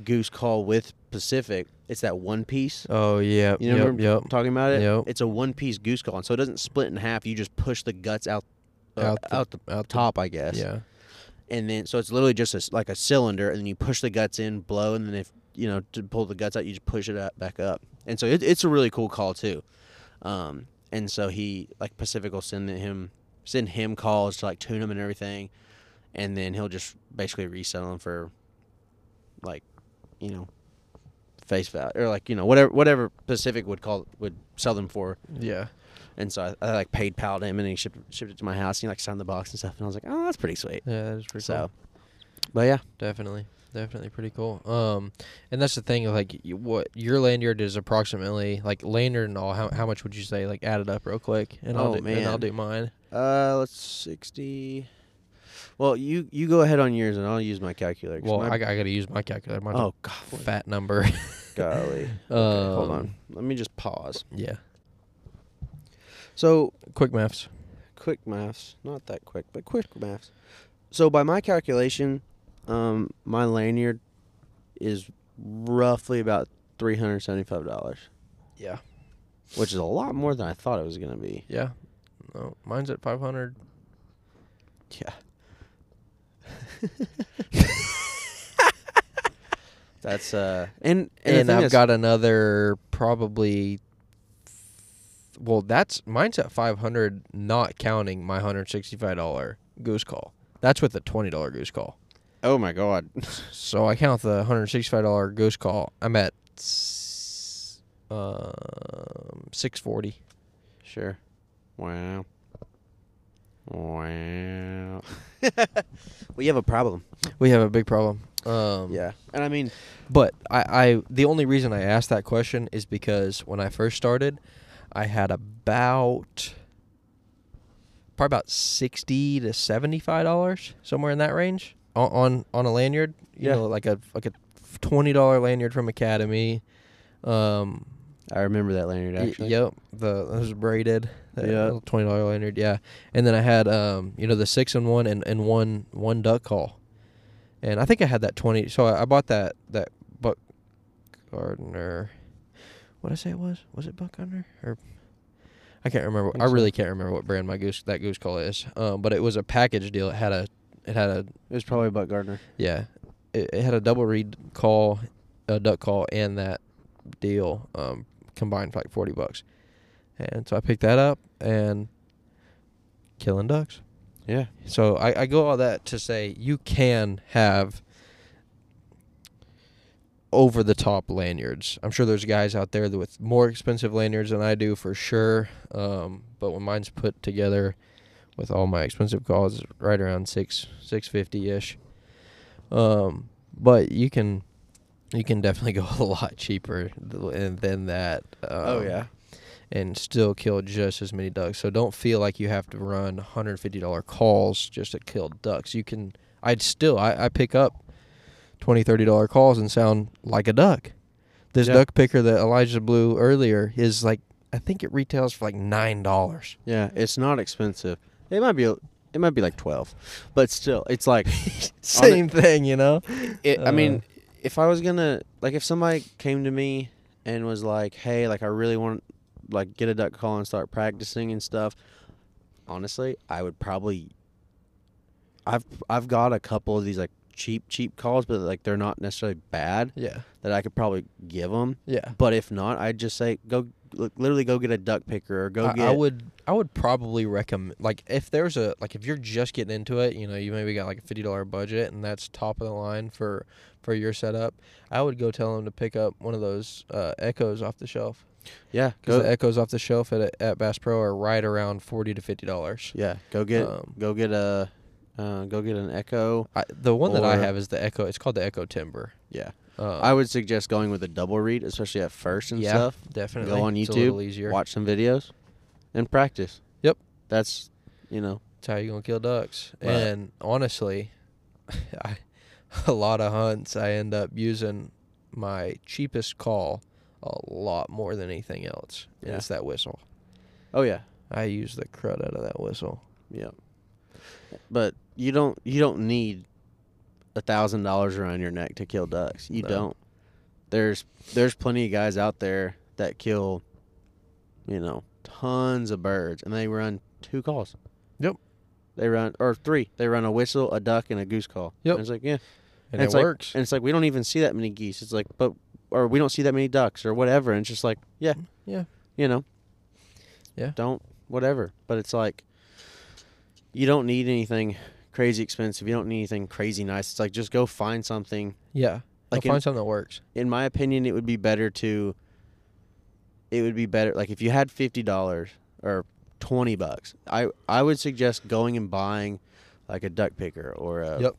A: goose call with Pacific. It's that one piece.
B: Oh yeah.
A: You know,
B: yep,
A: remember
B: yep.
A: talking about it.
B: Yep.
A: It's a one piece goose call, and so it doesn't split in half. You just push the guts out uh, out,
B: Out
A: the,
B: the- out the-
A: top, I guess.
B: Yeah.
A: And then so it's literally just a s like a cylinder, and then you push the guts in, blow, and then if you know to pull the guts out, you just push it up, back up. And so it, it's a really cool call too. Um, and so he like Pacific will send him send him calls to like tune them and everything, and then he'll just basically resell them for like you know face value or like you know whatever whatever Pacific would call would sell them for.
B: Yeah.
A: And so I, I like paid pal him, and he shipped shipped it to my house. And he like signed the box and stuff, and I was like, oh, that's pretty sweet.
B: Yeah, that is pretty
A: So,
B: cool.
A: but yeah,
B: Definitely. Definitely pretty cool. Um and that's the thing like you, what your lanyard is approximately like lanyard and all how, how much would you say like add it up real quick and I'll
A: Oh,
B: do, and I'll
A: man.
B: do mine.
A: Uh, let's sixty. Well, you you go ahead on yours, and I'll use my calculator. 'cause
B: Well,
A: my-
B: I, got to use my calculator. Mine's
A: oh god,
B: [laughs] a fat number. Um,
A: golly. Okay,
B: [laughs]
A: hold on, let me just pause.
B: Yeah.
A: So
B: Quick maths.
A: quick maths, not that quick, but quick maths. So by my calculation, um, my lanyard is roughly about three hundred seventy-five dollars,
B: Yeah.
A: which is a lot more than I thought it was gonna be.
B: Yeah. No, mine's at 500.
A: Yeah. [laughs] That's uh, and the
B: and
A: thing
B: I've
A: is-
B: got another probably. Well, that's mine's at five hundred, not counting my hundred sixty-five dollar goose call. That's with the twenty dollar goose call.
A: Oh my god.
B: So I count the hundred sixty-five dollar goose call. I'm at s- um six forty.
A: Sure. Wow. Wow. [laughs] we have a problem.
B: We have a big problem. Um,
A: Yeah. And I mean,
B: But I, I the only reason I asked that question is because when I first started, I had about probably about sixty to seventy five dollars somewhere in that range on on, on a lanyard. You
A: Yeah.
B: know, like a like a twenty dollar lanyard from Academy. Um,
A: I remember that lanyard
B: Y-
A: actually.
B: Yep, the those braided. that
A: Yeah.
B: little twenty dollar lanyard. Yeah, and then I had um, you know, the six and one and, and one one duck call, and I think I had that twenty. So I, I bought that that buck gardener. What did I say it was? Was it buck gardener or? I can't remember.
A: Think
B: I
A: so.
B: really can't remember what brand my goose that goose call is. Um, but it was a package deal. It had a it had a
A: It was probably Buck Gardner.
B: yeah, it, it had a double read call, a duck call, and that deal um, combined for like forty bucks, and so I picked that up and killing ducks.
A: Yeah.
B: So I, I go all that to say you can have over the top lanyards. I'm sure there's guys out there that with more expensive lanyards than I do for sure. Um, but when mine's put together with all my expensive calls, it's right around six six fifty ish. Um, but you can you can definitely [laughs] go a lot cheaper th- than that. Um,
A: oh yeah.
B: and still kill just as many ducks. So don't feel like you have to run $150 calls just to kill ducks. You can, I'd still, I, I pick up $20, $30 calls and sound like a duck. This
A: Yeah.
B: duck picker that Elijah blew earlier is like, I think it retails for like $9.
A: Yeah, it's not expensive. It might be it might be like 12. But still, it's like
B: Same thing, you know?
A: it, I
B: Uh,
A: mean, if I was gonna like, if somebody came to me and was like, "Hey, like, I really want like get a duck call and start practicing and stuff," honestly, I would probably. I've I've got a couple of these like cheap cheap calls, but like they're not necessarily bad
B: Yeah.
A: that I could probably give them.
B: Yeah.
A: But if not, I'd just say go li- literally go get a duck picker or go
B: I,
A: get.
B: I would I would probably recommend like if there's a like if you're just getting into it, you know, you maybe got like a fifty dollar budget and that's top of the line for for your setup. I would go tell them to pick up one of those uh, Echoes off the shelf
A: yeah
B: because
A: go
B: the Echoes off the shelf at at Bass Pro are right around forty to fifty dollars.
A: yeah go get
B: um,
A: go get a uh, go get an echo.
B: I, the one that I
A: Or-
B: have is the Echo. It's called the Echo Timber.
A: Yeah,
B: Uh,
A: I would suggest going with a double read, especially at first and
B: yeah,
A: stuff.
B: definitely
A: Go on
B: It's a little
A: YouTube,
B: easier.
A: watch some videos, and practice.
B: Yep.
A: That's, you know,
B: That's how you gonna kill ducks.
A: Right.
B: And honestly, [laughs] I, a lot of hunts I end up using my cheapest call a lot more than anything else. And
A: Yeah.
B: It's that whistle.
A: oh yeah,
B: I use the crud out of that whistle.
A: yeah. But you don't you don't need a thousand dollars around your neck to kill ducks. You
B: No.
A: don't. There's there's plenty of guys out there that kill, you know, tons of birds, and they run two calls.
B: Yep.
A: They run or three. They run a whistle, a duck, and a goose call.
B: Yep.
A: And it's like yeah.
B: And,
A: it's
B: it
A: like-
B: works.
A: And it's like we don't even see that many geese. It's like, but or we don't see that many ducks or whatever. And it's just like, yeah,
B: Mm, Yeah.
A: you know,
B: Yeah.
A: don't whatever. But it's like you don't need anything crazy expensive. You don't need anything crazy nice. It's like just go find something.
B: yeah. Like
A: Like
B: find
A: in,
B: something that works.
A: in my opinion, it would be better to. It would be better like if you had fifty dollars or twenty bucks. I I would suggest going and buying like a duck picker or a
B: Yep.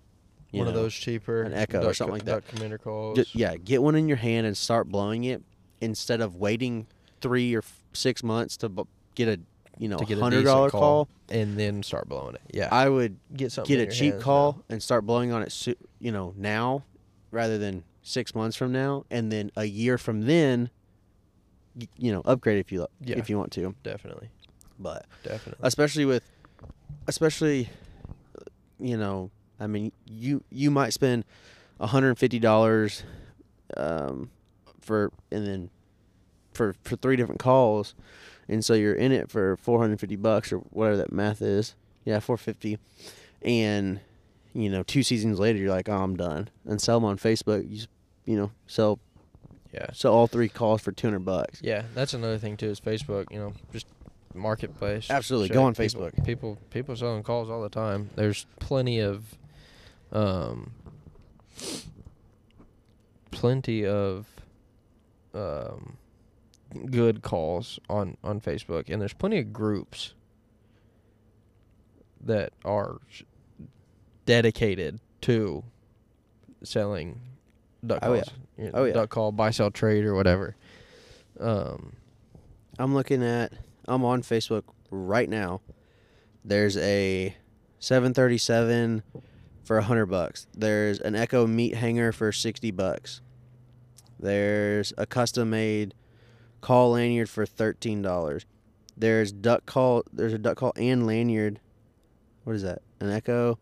A: you
B: One of
A: know,
B: those cheaper
A: an Echo or
B: duck-
A: something like that.
B: Duck commander calls.
A: Ju- yeah, get one in your hand and start blowing it instead of waiting three or f- six months to b- get a you know
B: To get a
A: hundred dollar
B: decent
A: call.
B: call. And then start blowing it. Yeah.
A: I would
B: get something.
A: get
B: in
A: a
B: your
A: cheap
B: hands
A: call
B: now.
A: and start blowing on it, su- you know, now rather than six months from now, and then a year from then, y- you know, upgrade if you lo-
B: Yeah.
A: if you want to.
B: Definitely.
A: But
B: Definitely.
A: especially with especially uh, you know i mean you you might spend $150 um, for and then for for three different calls and so you're in it for 450 bucks or whatever that math is yeah 450 and you know two seasons later you're like oh i'm done and sell them on facebook you s- you know sell
B: yeah.
A: sell all three calls for 200 bucks
B: Yeah, that's another thing too is Facebook. You know, just marketplace.
A: Absolutely, go on
B: People-
A: Facebook.
B: People people selling calls all the time. There's plenty of, um, plenty of, um, good calls on on Facebook, and there's plenty of groups that are s- dedicated to selling duck
A: Oh,
B: calls.
A: yeah.
B: You know,
A: Oh, yeah.
B: Duck call, buy sell trade or whatever. Um
A: I'm looking at. I'm on Facebook right now. There's a 737 for hundred bucks. There's an Echo meat hanger for sixty bucks. There's a custom made call lanyard for thirteen dollars. There's duck call. There's a duck call and lanyard. What is that? An Echo,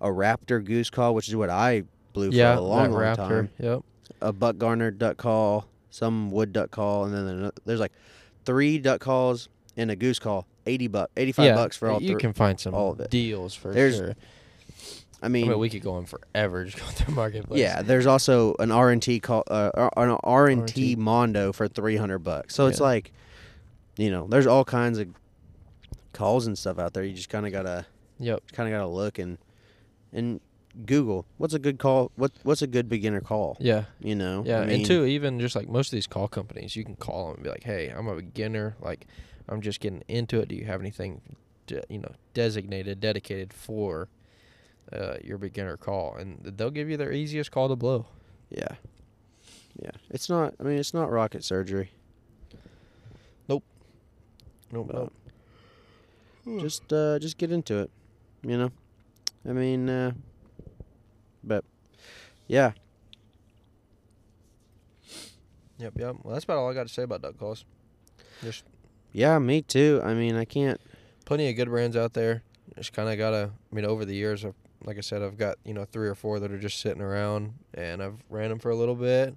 A: a Raptor goose call, which is what I blew for
B: yeah,
A: a long,
B: that
A: long
B: Raptor.
A: time
B: Yep.
A: a buck garner duck call, some wood duck call, and then ano- there's like three duck calls and a goose call. Eighty buck, eighty five
B: yeah,
A: bucks for all
B: You
A: three.
B: can find some
A: all of it.
B: deals for
A: There's-
B: sure.
A: I
B: I
A: mean,
B: mean, we could go on forever [laughs] just going through marketplace.
A: yeah. There's also an R and T call, uh, uh, an R and
B: R&T.
A: T Mondo for three hundred bucks. So it's
B: Yeah.
A: like, you know, there's all kinds of calls and stuff out there. You just kind of gotta,
B: Yep.
A: kind of gotta look and and Google what's a good call. What what's a good beginner call?
B: Yeah.
A: You know.
B: Yeah,
A: I mean,
B: and two, even just like most of these call companies, you can call them and be like, "Hey, I'm a beginner. Like, I'm just getting into it. Do you have anything, de- you know, designated, dedicated for uh, your beginner call?" And they'll give you their easiest call to blow.
A: Yeah. Yeah. It's not. I mean, it's not rocket surgery.
B: Nope,
A: Well,
B: Hmm.
A: just uh just get into it you know i mean uh but yeah
B: Yep, yep. Well, that's about all I got to say about duck calls. There's
A: yeah me too i mean i can't
B: plenty of good brands out there. Just kind of gotta. I mean, over the years, I've, like I said, I've got you know three or four that are just sitting around, and I've ran them for a little bit.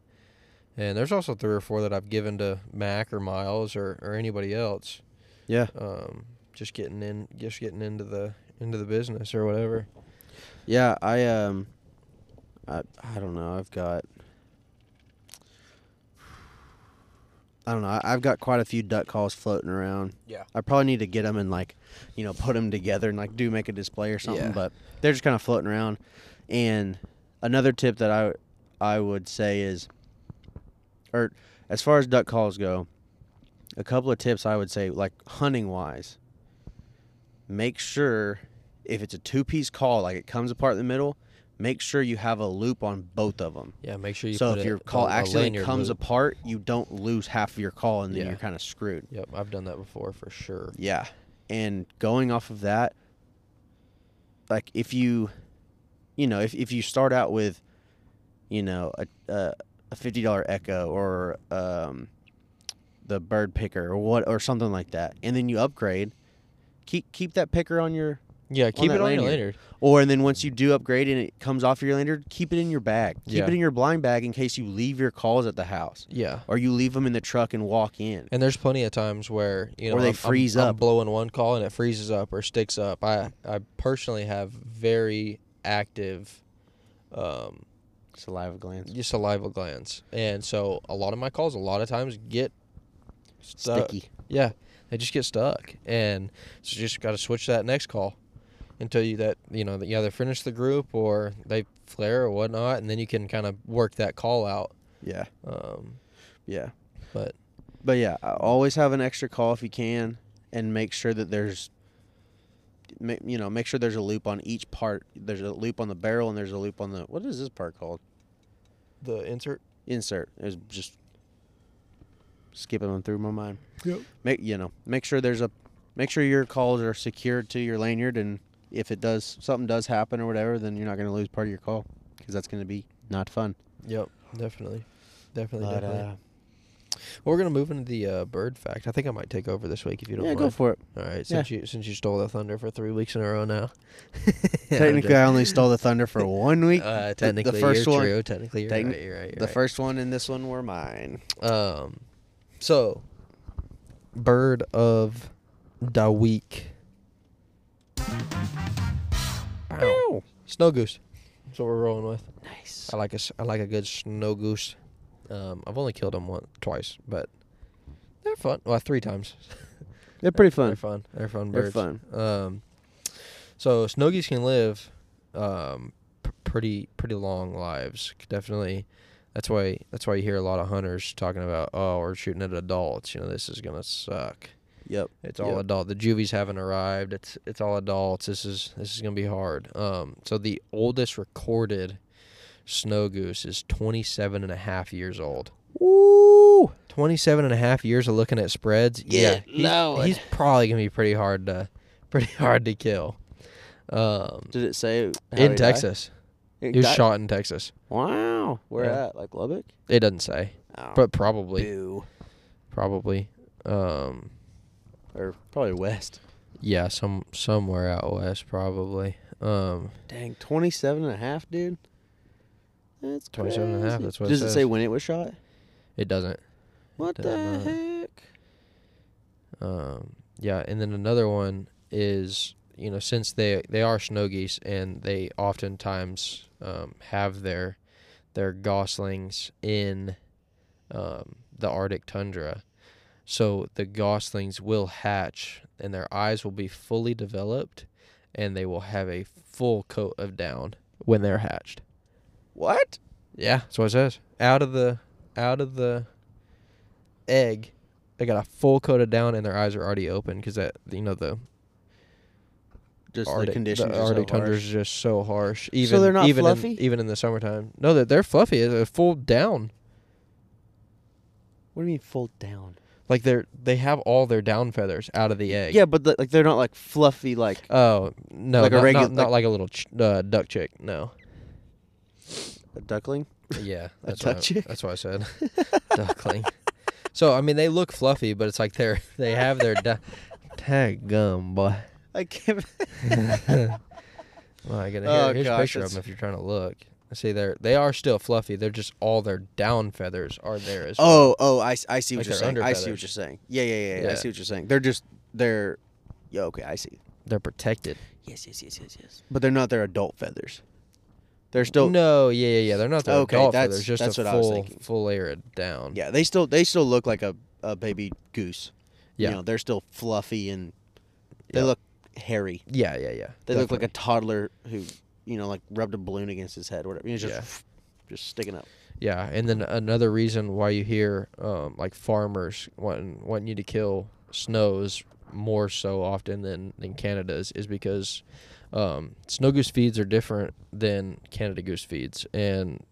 B: And there's also three or four that I've given to Mac or Miles or, or anybody else.
A: yeah
B: Um, just getting in, just getting into the into the business or whatever.
A: yeah i um i i don't know i've got I don't know. I- I've got quite a few duck calls floating around.
B: Yeah.
A: I probably need to get them and like, you know, put them together and like do make a display or something.
B: Yeah.
A: But they're just kind of floating around. And another tip that I I would say is, or as far as duck calls go, a couple of tips I would say like hunting wise. Make sure if it's a two piece call, like it comes apart in the middle, make sure you have a loop on both of them.
B: Yeah, make sure you.
A: so
B: put
A: if
B: a-
A: your
B: a-
A: call
B: a
A: accidentally
B: lanyard
A: comes
B: loop.
A: apart, you don't lose half of your call, and then
B: Yeah.
A: you're kind of screwed.
B: Yep, I've done that before for sure.
A: Yeah. And going off of that, like if you, you know, if, if you start out with, you know, a, a, a fifty dollar Echo or um, the bird picker or what or something like that, and then you upgrade, keep keep that picker on your,
B: Yeah, keep
A: that
B: it on your
A: lanyard.
B: lanyard.
A: or and then once you do upgrade and it comes off your lanyard, keep it in your bag, keep
B: Yeah.
A: it in your blind bag in case you leave your calls at the house
B: Yeah.
A: or you leave them in the truck and walk in.
B: And there's plenty of times where you know
A: Or they
B: I'm- I'm-
A: freeze
B: I'm
A: up.
B: blowing one call and it freezes up or sticks up. I I personally have very active um,
A: Saliva glands.
B: saliva glands, and so a lot of my calls, a lot of times get stuck.
A: Sticky.
B: Yeah, they just get stuck, and so you just got to switch that next call until you that you know that you either finish the group or they flare or whatnot, and then you can kind of work that call out.
A: Yeah.
B: Um,
A: Yeah.
B: But-
A: but yeah, I always have an extra call if you can, and make sure that there's, ma- you know, make sure there's a loop on each part. There's a loop on the barrel, and there's a loop on the what is this part called?
B: the insert.
A: Insert. It was just skipping on through my mind.
B: Yep.
A: Make you know, make sure there's a, make sure your calls are secured to your lanyard, and if it does something does happen or whatever, then you're not going to lose part of your call because that's going to be not fun.
B: Yep, definitely, definitely,
A: But,
B: definitely.
A: uh,
B: Well, we're gonna move into the uh, bird fact. I think I might take over this week if you don't
A: yeah,
B: mind.
A: go for it.
B: All right, since you since you stole the thunder for three weeks in a row now. [laughs]
A: Technically, I only stole the thunder for one week.
B: uh,
A: The-
B: technically
A: the 1st
B: you're
A: one,
B: true. Technically, you're
A: Techni-
B: right. You're right. You're
A: the
B: right.
A: first one and this one were mine.
B: Um, so bird of the week. Ow. Snow goose. That's what we're rolling with.
A: Nice.
B: I like a s- I like a good snow goose. Um, I've only killed them once, twice, but they're fun. Well, three times.
A: [laughs] They're pretty
B: They're
A: fun.
B: fun. They're fun
A: They're fun.
B: birds. Um, so snow geese can live um, p- pretty pretty long lives. Definitely. That's why that's why you hear a lot of hunters talking about oh we're shooting at adults. You know this is gonna suck.
A: Yep.
B: It's all
A: Yep.
B: adult. The juvies haven't arrived. It's it's all adults. This is this is gonna be hard. Um, so the oldest recorded snow goose is 27 and a half years old.
A: Woo!
B: 27 and a half years of looking at spreads.
A: Good
B: yeah, he's,
A: Lord.
B: he's probably gonna be pretty hard to, [laughs] pretty hard to kill. Um,
A: Did it say how he
B: in
A: died?
B: Texas,
A: In
B: he was
A: Tex-
B: shot in Texas.
A: Wow, where
B: Yeah.
A: at? Like Lubbock?
B: It doesn't say,
A: Oh,
B: but probably,
A: boo.
B: probably, um,
A: or probably West.
B: yeah, some somewhere out west, probably. Um,
A: Dang, 27 and a half, dude. That's
B: 27 and a half,
A: crazy.
B: that's what it
A: Does it say
B: says.
A: when it was shot?
B: it doesn't.
A: What
B: does
A: the
B: not.
A: heck?
B: Um, yeah, and then another one is you know since they they are snow geese and they oftentimes um, have their their goslings in um, the Arctic tundra, so the goslings will hatch and their eyes will be fully developed, and they will have a full coat of down when they're hatched.
A: What?
B: Yeah, that's what it says. Out of the out of the egg, they got a full coat of down, and their eyes are already open because that you know the
A: Just
B: Arctic
A: the conditions.
B: the
A: are so
B: Arctic tundra
A: harsh.
B: is just so harsh. Even
A: they're not
B: even in-
A: fluffy?
B: even in the summertime. No, they're, they're fluffy. They're full down.
A: What do you mean fold down?
B: Like they're they have all their down feathers out of the egg.
A: Yeah, but the, like they're not like fluffy. Like
B: Oh no,
A: Like a
B: not,
A: regu-
B: not, not like, a little ch- uh, duck chick. No.
A: a uh, duckling. [laughs]
B: Yeah,
A: A
B: that's
A: duck
B: what
A: chick?
B: I, that's what
A: [laughs]
B: I said. Duckling. So I mean, they look fluffy, but it's like they're they have
A: [laughs]
B: their du- tag gum boy.
A: I
B: [laughs]
A: can't.
B: My goodness.
A: Oh,
B: Here, here's
A: gosh,
B: a picture of
A: that's-
B: them if you're trying to look. See, they're they are still fluffy. They're just all their down feathers are there as well.
A: Oh, oh, I, s- I see what
B: Like
A: you're
B: their
A: saying.
B: under
A: I see what
B: feathers.
A: you're saying. Yeah, yeah, yeah, yeah, I
B: Yeah.
A: see what you're saying. They're just they're. Yeah, okay, I see.
B: They're protected.
A: Yes, yes, yes, yes, yes. But they're not their adult feathers. They're still.
B: no, yeah, yeah, yeah. They're not the
A: Okay,
B: adult
A: that's-
B: feathers. Just
A: that's
B: a
A: what I was
B: full
A: thinking.
B: full layer of down.
A: Yeah, they still they still look like a, a baby goose.
B: Yeah.
A: You know, they're still fluffy and they
B: Yeah.
A: look hairy.
B: yeah, yeah, yeah.
A: They look like a toddler who, you know, like rubbed a balloon against his head, whatever. You know, just [laughs] just sticking up.
B: Yeah, and then another reason why you hear um, like farmers wanting wanting you to kill snows more so often than than Canada's is because um, snow goose feeds are different than Canada goose feeds, and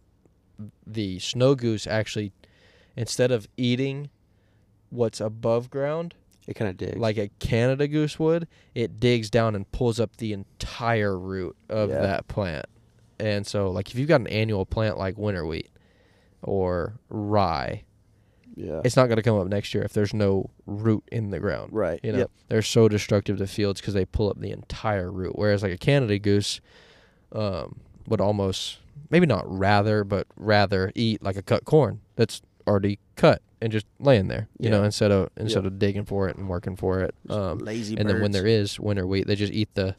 B: the snow goose actually instead of eating what's above ground
A: It kind of digs.
B: like a Canada goose would, it digs down and pulls up the entire root of
A: Yeah.
B: that plant. And so, like, if you've got an annual plant like winter wheat or rye,
A: yeah.
B: it's not going to come up next year if there's no root in the ground.
A: Right.
B: You know,
A: Yep.
B: they're so destructive to fields because they pull up the entire root. Whereas, like, a Canada goose um, would almost, maybe not rather, but rather eat like a cut corn that's already cut and just laying there, you know,
A: Yeah.
B: instead of instead of digging for it and working for it. Um,
A: Lazy
B: and then when there is winter wheat, they just eat the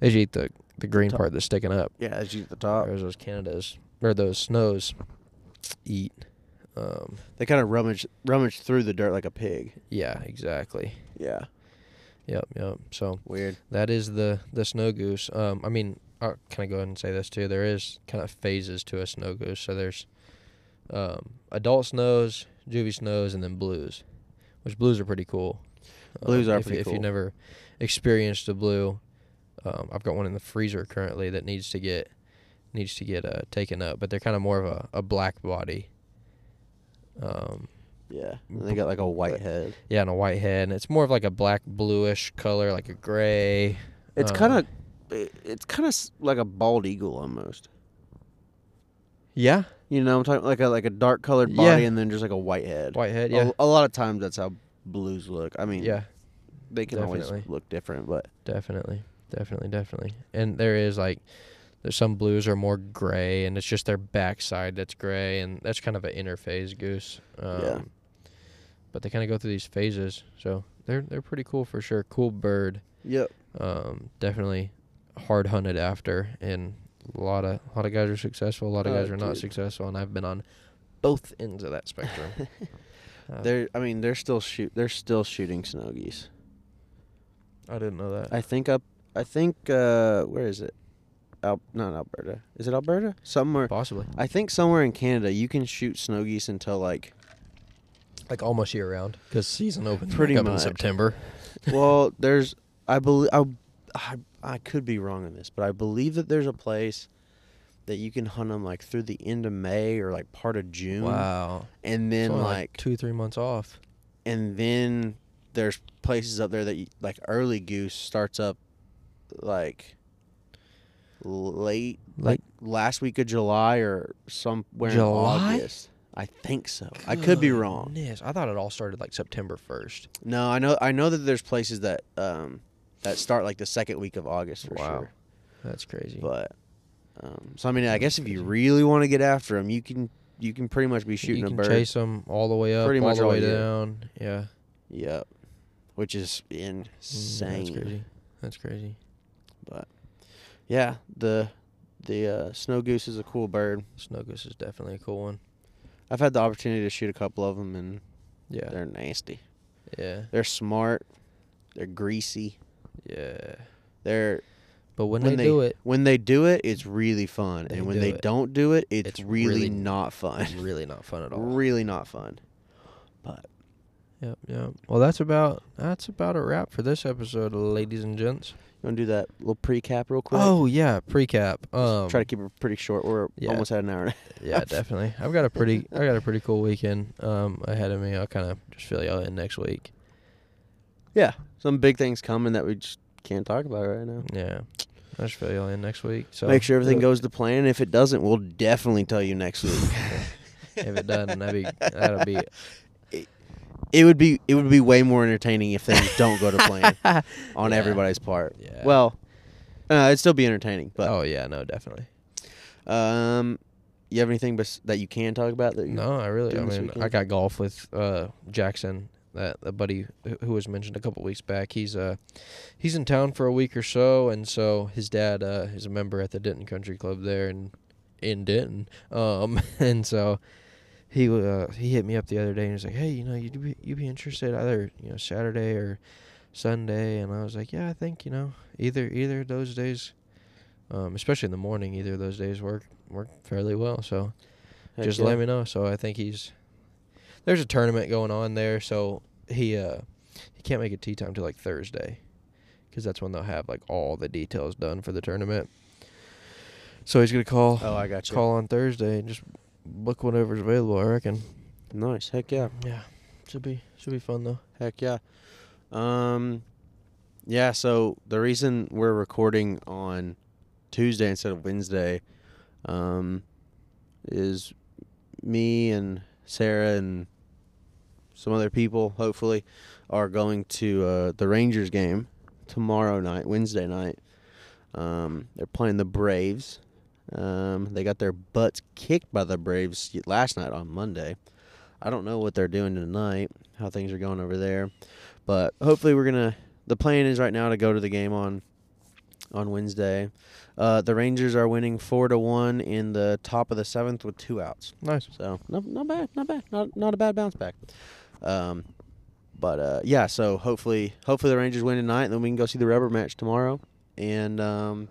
B: they just eat the, the green part that's sticking up.
A: yeah, as you at the top,
B: Whereas those Canadas or those snows eat. Um,
A: they kind of rummage rummage through the dirt like a pig.
B: yeah, exactly.
A: Yeah,
B: Yep, yep. So
A: weird.
B: that is the the snow goose. Um, I mean, uh, can I go ahead and say this too? There is kind of phases to a snow goose. So there's um, adult snows, juvie snows, and then blues, which blues are pretty cool. Um,
A: Blues are
B: if,
A: pretty
B: if
A: cool.
B: you never experienced a blue, um, I've got one in the freezer currently that needs to get needs to get uh, taken up. But they're kind of more of a, a black body. Um,
A: Yeah, and they got like a white head.
B: yeah, and a white head, and it's more of like a black bluish color, like a gray.
A: It's
B: uh,
A: kind of, it's kind of like a bald eagle almost.
B: yeah,
A: You know, I'm talking like a like a dark colored
B: Yeah.
A: body and then just like a white head.
B: white head.
A: A-
B: Yeah,
A: a, lot of times that's how blues look. I mean,
B: yeah,
A: they can always
B: definitely.
A: look different, but
B: definitely, definitely, definitely. And there is like. There's some blues are more gray, and it's just their backside that's gray, and that's kind of an interphase goose. Um,
A: Yeah.
B: But they kind of go through these phases, so they're they're pretty cool for sure. Cool bird,
A: yep.
B: um, definitely hard hunted after, and a lot of a lot of guys are successful, a lot of
A: Oh,
B: guys are not
A: dude.
B: successful, and I've been on both ends of that spectrum.
A: [laughs]
B: Uh,
A: They're I mean they're still shoot they're still shooting snow geese.
B: I didn't know that.
A: I think up I think uh where is it? Al- not Alberta. Is it Alberta? Somewhere
B: Possibly,
A: I think somewhere in Canada you can shoot snow geese until
B: [laughs]
A: like
B: like almost year round, because season opens
A: Pretty
B: pretty up in
A: much.
B: September.
A: well there's I believe I, I I could be wrong on this, but I believe that there's a place that you can hunt them like through the end of May or like part of June,
B: Wow.
A: and
B: It's
A: then
B: only,
A: like
B: two three months off.
A: and then there's places up there that you, like early goose starts up like late
B: Like
A: last week of July or somewhere
B: July?
A: in August. I think so. I could be wrong.
B: Yes, I thought it all started like September first.
A: No, I know I know that there's places that um that start like the second week of August for
B: Wow.
A: sure.
B: That's crazy.
A: But um so I mean I guess if you really want to get after them, you can you can pretty much be shooting
B: you
A: a
B: can
A: bird.
B: chase them all the way up,
A: Pretty
B: all
A: much
B: the
A: all
B: way
A: year.
B: down. Yeah.
A: Yep. Which is
B: Mm,
A: insane.
B: That's crazy. That's crazy.
A: Yeah, the the uh, snow goose is a cool bird.
B: Snow goose is definitely a cool one.
A: I've had the opportunity to shoot a couple of them, and
B: Yeah.
A: they're nasty.
B: Yeah.
A: They're smart. They're greasy.
B: Yeah.
A: They're
B: But when, they, do it,
A: when they do it, it's really fun,
B: They
A: and when
B: do
A: they
B: it.
A: don't do it, it's,
B: It's
A: really,
B: really
A: not fun.
B: it's really not fun at all.
A: really not fun.
B: Yep, yep. Well, that's about that's about a wrap for this episode, ladies and gents.
A: You want to do that little pre-cap real quick?
B: Oh yeah, precap. Um,
A: Try to keep it pretty short. We're
B: yeah.
A: almost at an hour.
B: [laughs] yeah, definitely. I've got a pretty I got a
A: [laughs]
B: pretty cool weekend um ahead of me. I'll kind of just fill y'all in next week.
A: yeah, some big things coming that we just can't talk about right now.
B: Yeah, I'll just fill y'all in next week. So
A: Make sure everything goes to plan. If it doesn't, we'll definitely tell you next week.
B: [laughs] If it doesn't, that'd be that'll be
A: It would be it would be way more entertaining if things don't go to
B: [laughs]
A: plan on
B: Yeah.
A: everybody's part.
B: yeah.
A: Well, uh, it'd still be entertaining. But
B: oh yeah, no, definitely. Oh.
A: um, you have anything bes- that you can talk about? That you,
B: No, I really. I
A: doing this
B: mean, I
A: weekend?
B: got golf with uh, Jackson, that the buddy who- who was mentioned a couple weeks back. He's uh, he's in town for a week or so, and so his dad uh, is a member at the Denton Country Club there in in Denton. Um, [laughs] and so he uh, he hit me up the other day and he's like, "Hey, you know, you'd be you'd be interested either you know Saturday or Sunday?" And I was like, "Yeah, I think you know either either of those days." Um, especially in the morning, either of those days work work fairly well. So,
A: Heck
B: just
A: yeah.
B: let me know. So I think he's there's a tournament going on there, so he uh he can't make it tea time till like Thursday, because that's when they'll have like all the details done for the tournament. So he's gonna call
A: Oh, I got you.
B: call on Thursday and just book whatever's available. I reckon.
A: Nice. Heck yeah.
B: Yeah, should be should be fun though.
A: Heck yeah. Um, yeah. So the reason we're recording on Tuesday instead of Wednesday, um, is me and Sarah and some other people hopefully are going to uh, the Rangers game tomorrow night, Wednesday night. Um, they're playing the Braves. Um, they got their butts kicked by the Braves last night on Monday. I don't know what they're doing tonight, how things are going over there, but hopefully we're gonna. The plan is right now to go to the game on on Wednesday. Uh, the Rangers are winning four to one in the top of the seventh with two outs.
B: Nice.
A: So not not bad, not bad, not not a bad bounce back. Um, but uh, yeah, so hopefully hopefully the Rangers win tonight, and then we can go see the rubber match tomorrow. And um,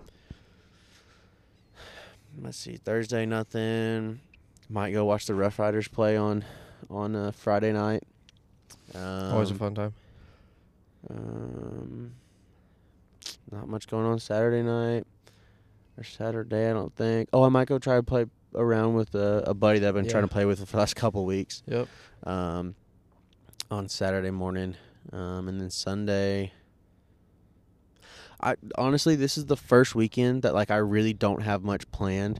A: let's see, Thursday nothing. Might go watch the Rough Riders play on on uh, Friday night. Um,
B: Always a fun time.
A: um, not much going on Saturday night or Saturday, I don't think. Oh, I might go try to play around with a, a buddy that I've been trying
B: Yeah.
A: to play with for the last couple weeks.
B: Yep.
A: Um, on Saturday morning, um, and then Sunday. I honestly, this is the first weekend that like I really don't have much planned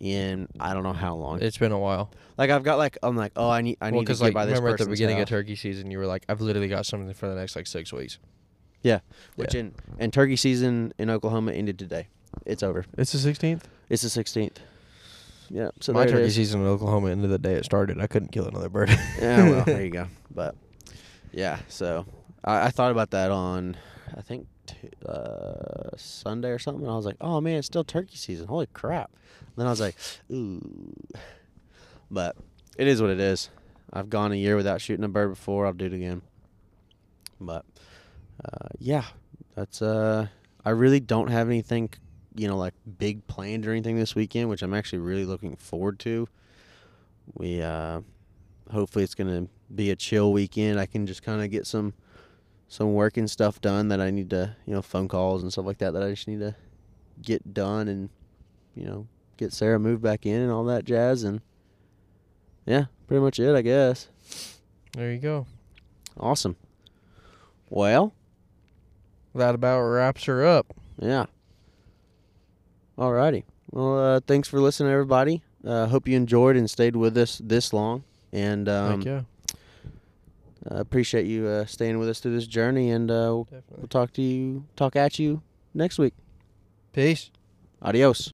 A: in I don't know how long.
B: It's been a while.
A: like I've got like I'm like oh I need I need
B: Well,
A: to
B: 'cause
A: get
B: like
A: by this
B: remember at the
A: person's
B: beginning
A: house.
B: of turkey season, you were like, "I've literally got something for the next like six weeks."
A: which in and turkey season in Oklahoma ended today. It's over.
B: It's the sixteenth.
A: It's the sixteenth. Yeah. So
B: My
A: there it
B: turkey
A: is.
B: season in Oklahoma ended the day it started. I couldn't kill another bird.
A: [laughs] yeah. Well,
B: [laughs]
A: there you go. But yeah. So I, I thought about that on I think t- uh, Sunday or something. And I was like, oh man, it's still turkey season. Holy crap! And then I was like, ooh. But it is what it is. I've gone a year without shooting a bird before. I'll do it again. But uh, yeah, that's uh. I really don't have anything, you know, like big planned or anything this weekend, which I'm actually really looking forward to. We uh, hopefully it's gonna be a chill weekend. I can just kind of get some some work and stuff done that I need to, you know, phone calls and stuff like that that I just need to get done and you know get Sarah moved back in and all that jazz, and yeah, pretty much it, I guess.
B: There you go.
A: Awesome. Well,
B: That about wraps her up.
A: yeah. Alrighty. Well, uh, thanks for listening, everybody. Uh, hope you enjoyed and stayed with us this long, and um,
B: Thank you.
A: I appreciate you uh, staying with us through this journey. And uh, we'll
B: Definitely.
A: talk to you, talk at you next week.
B: Peace.
A: Adios.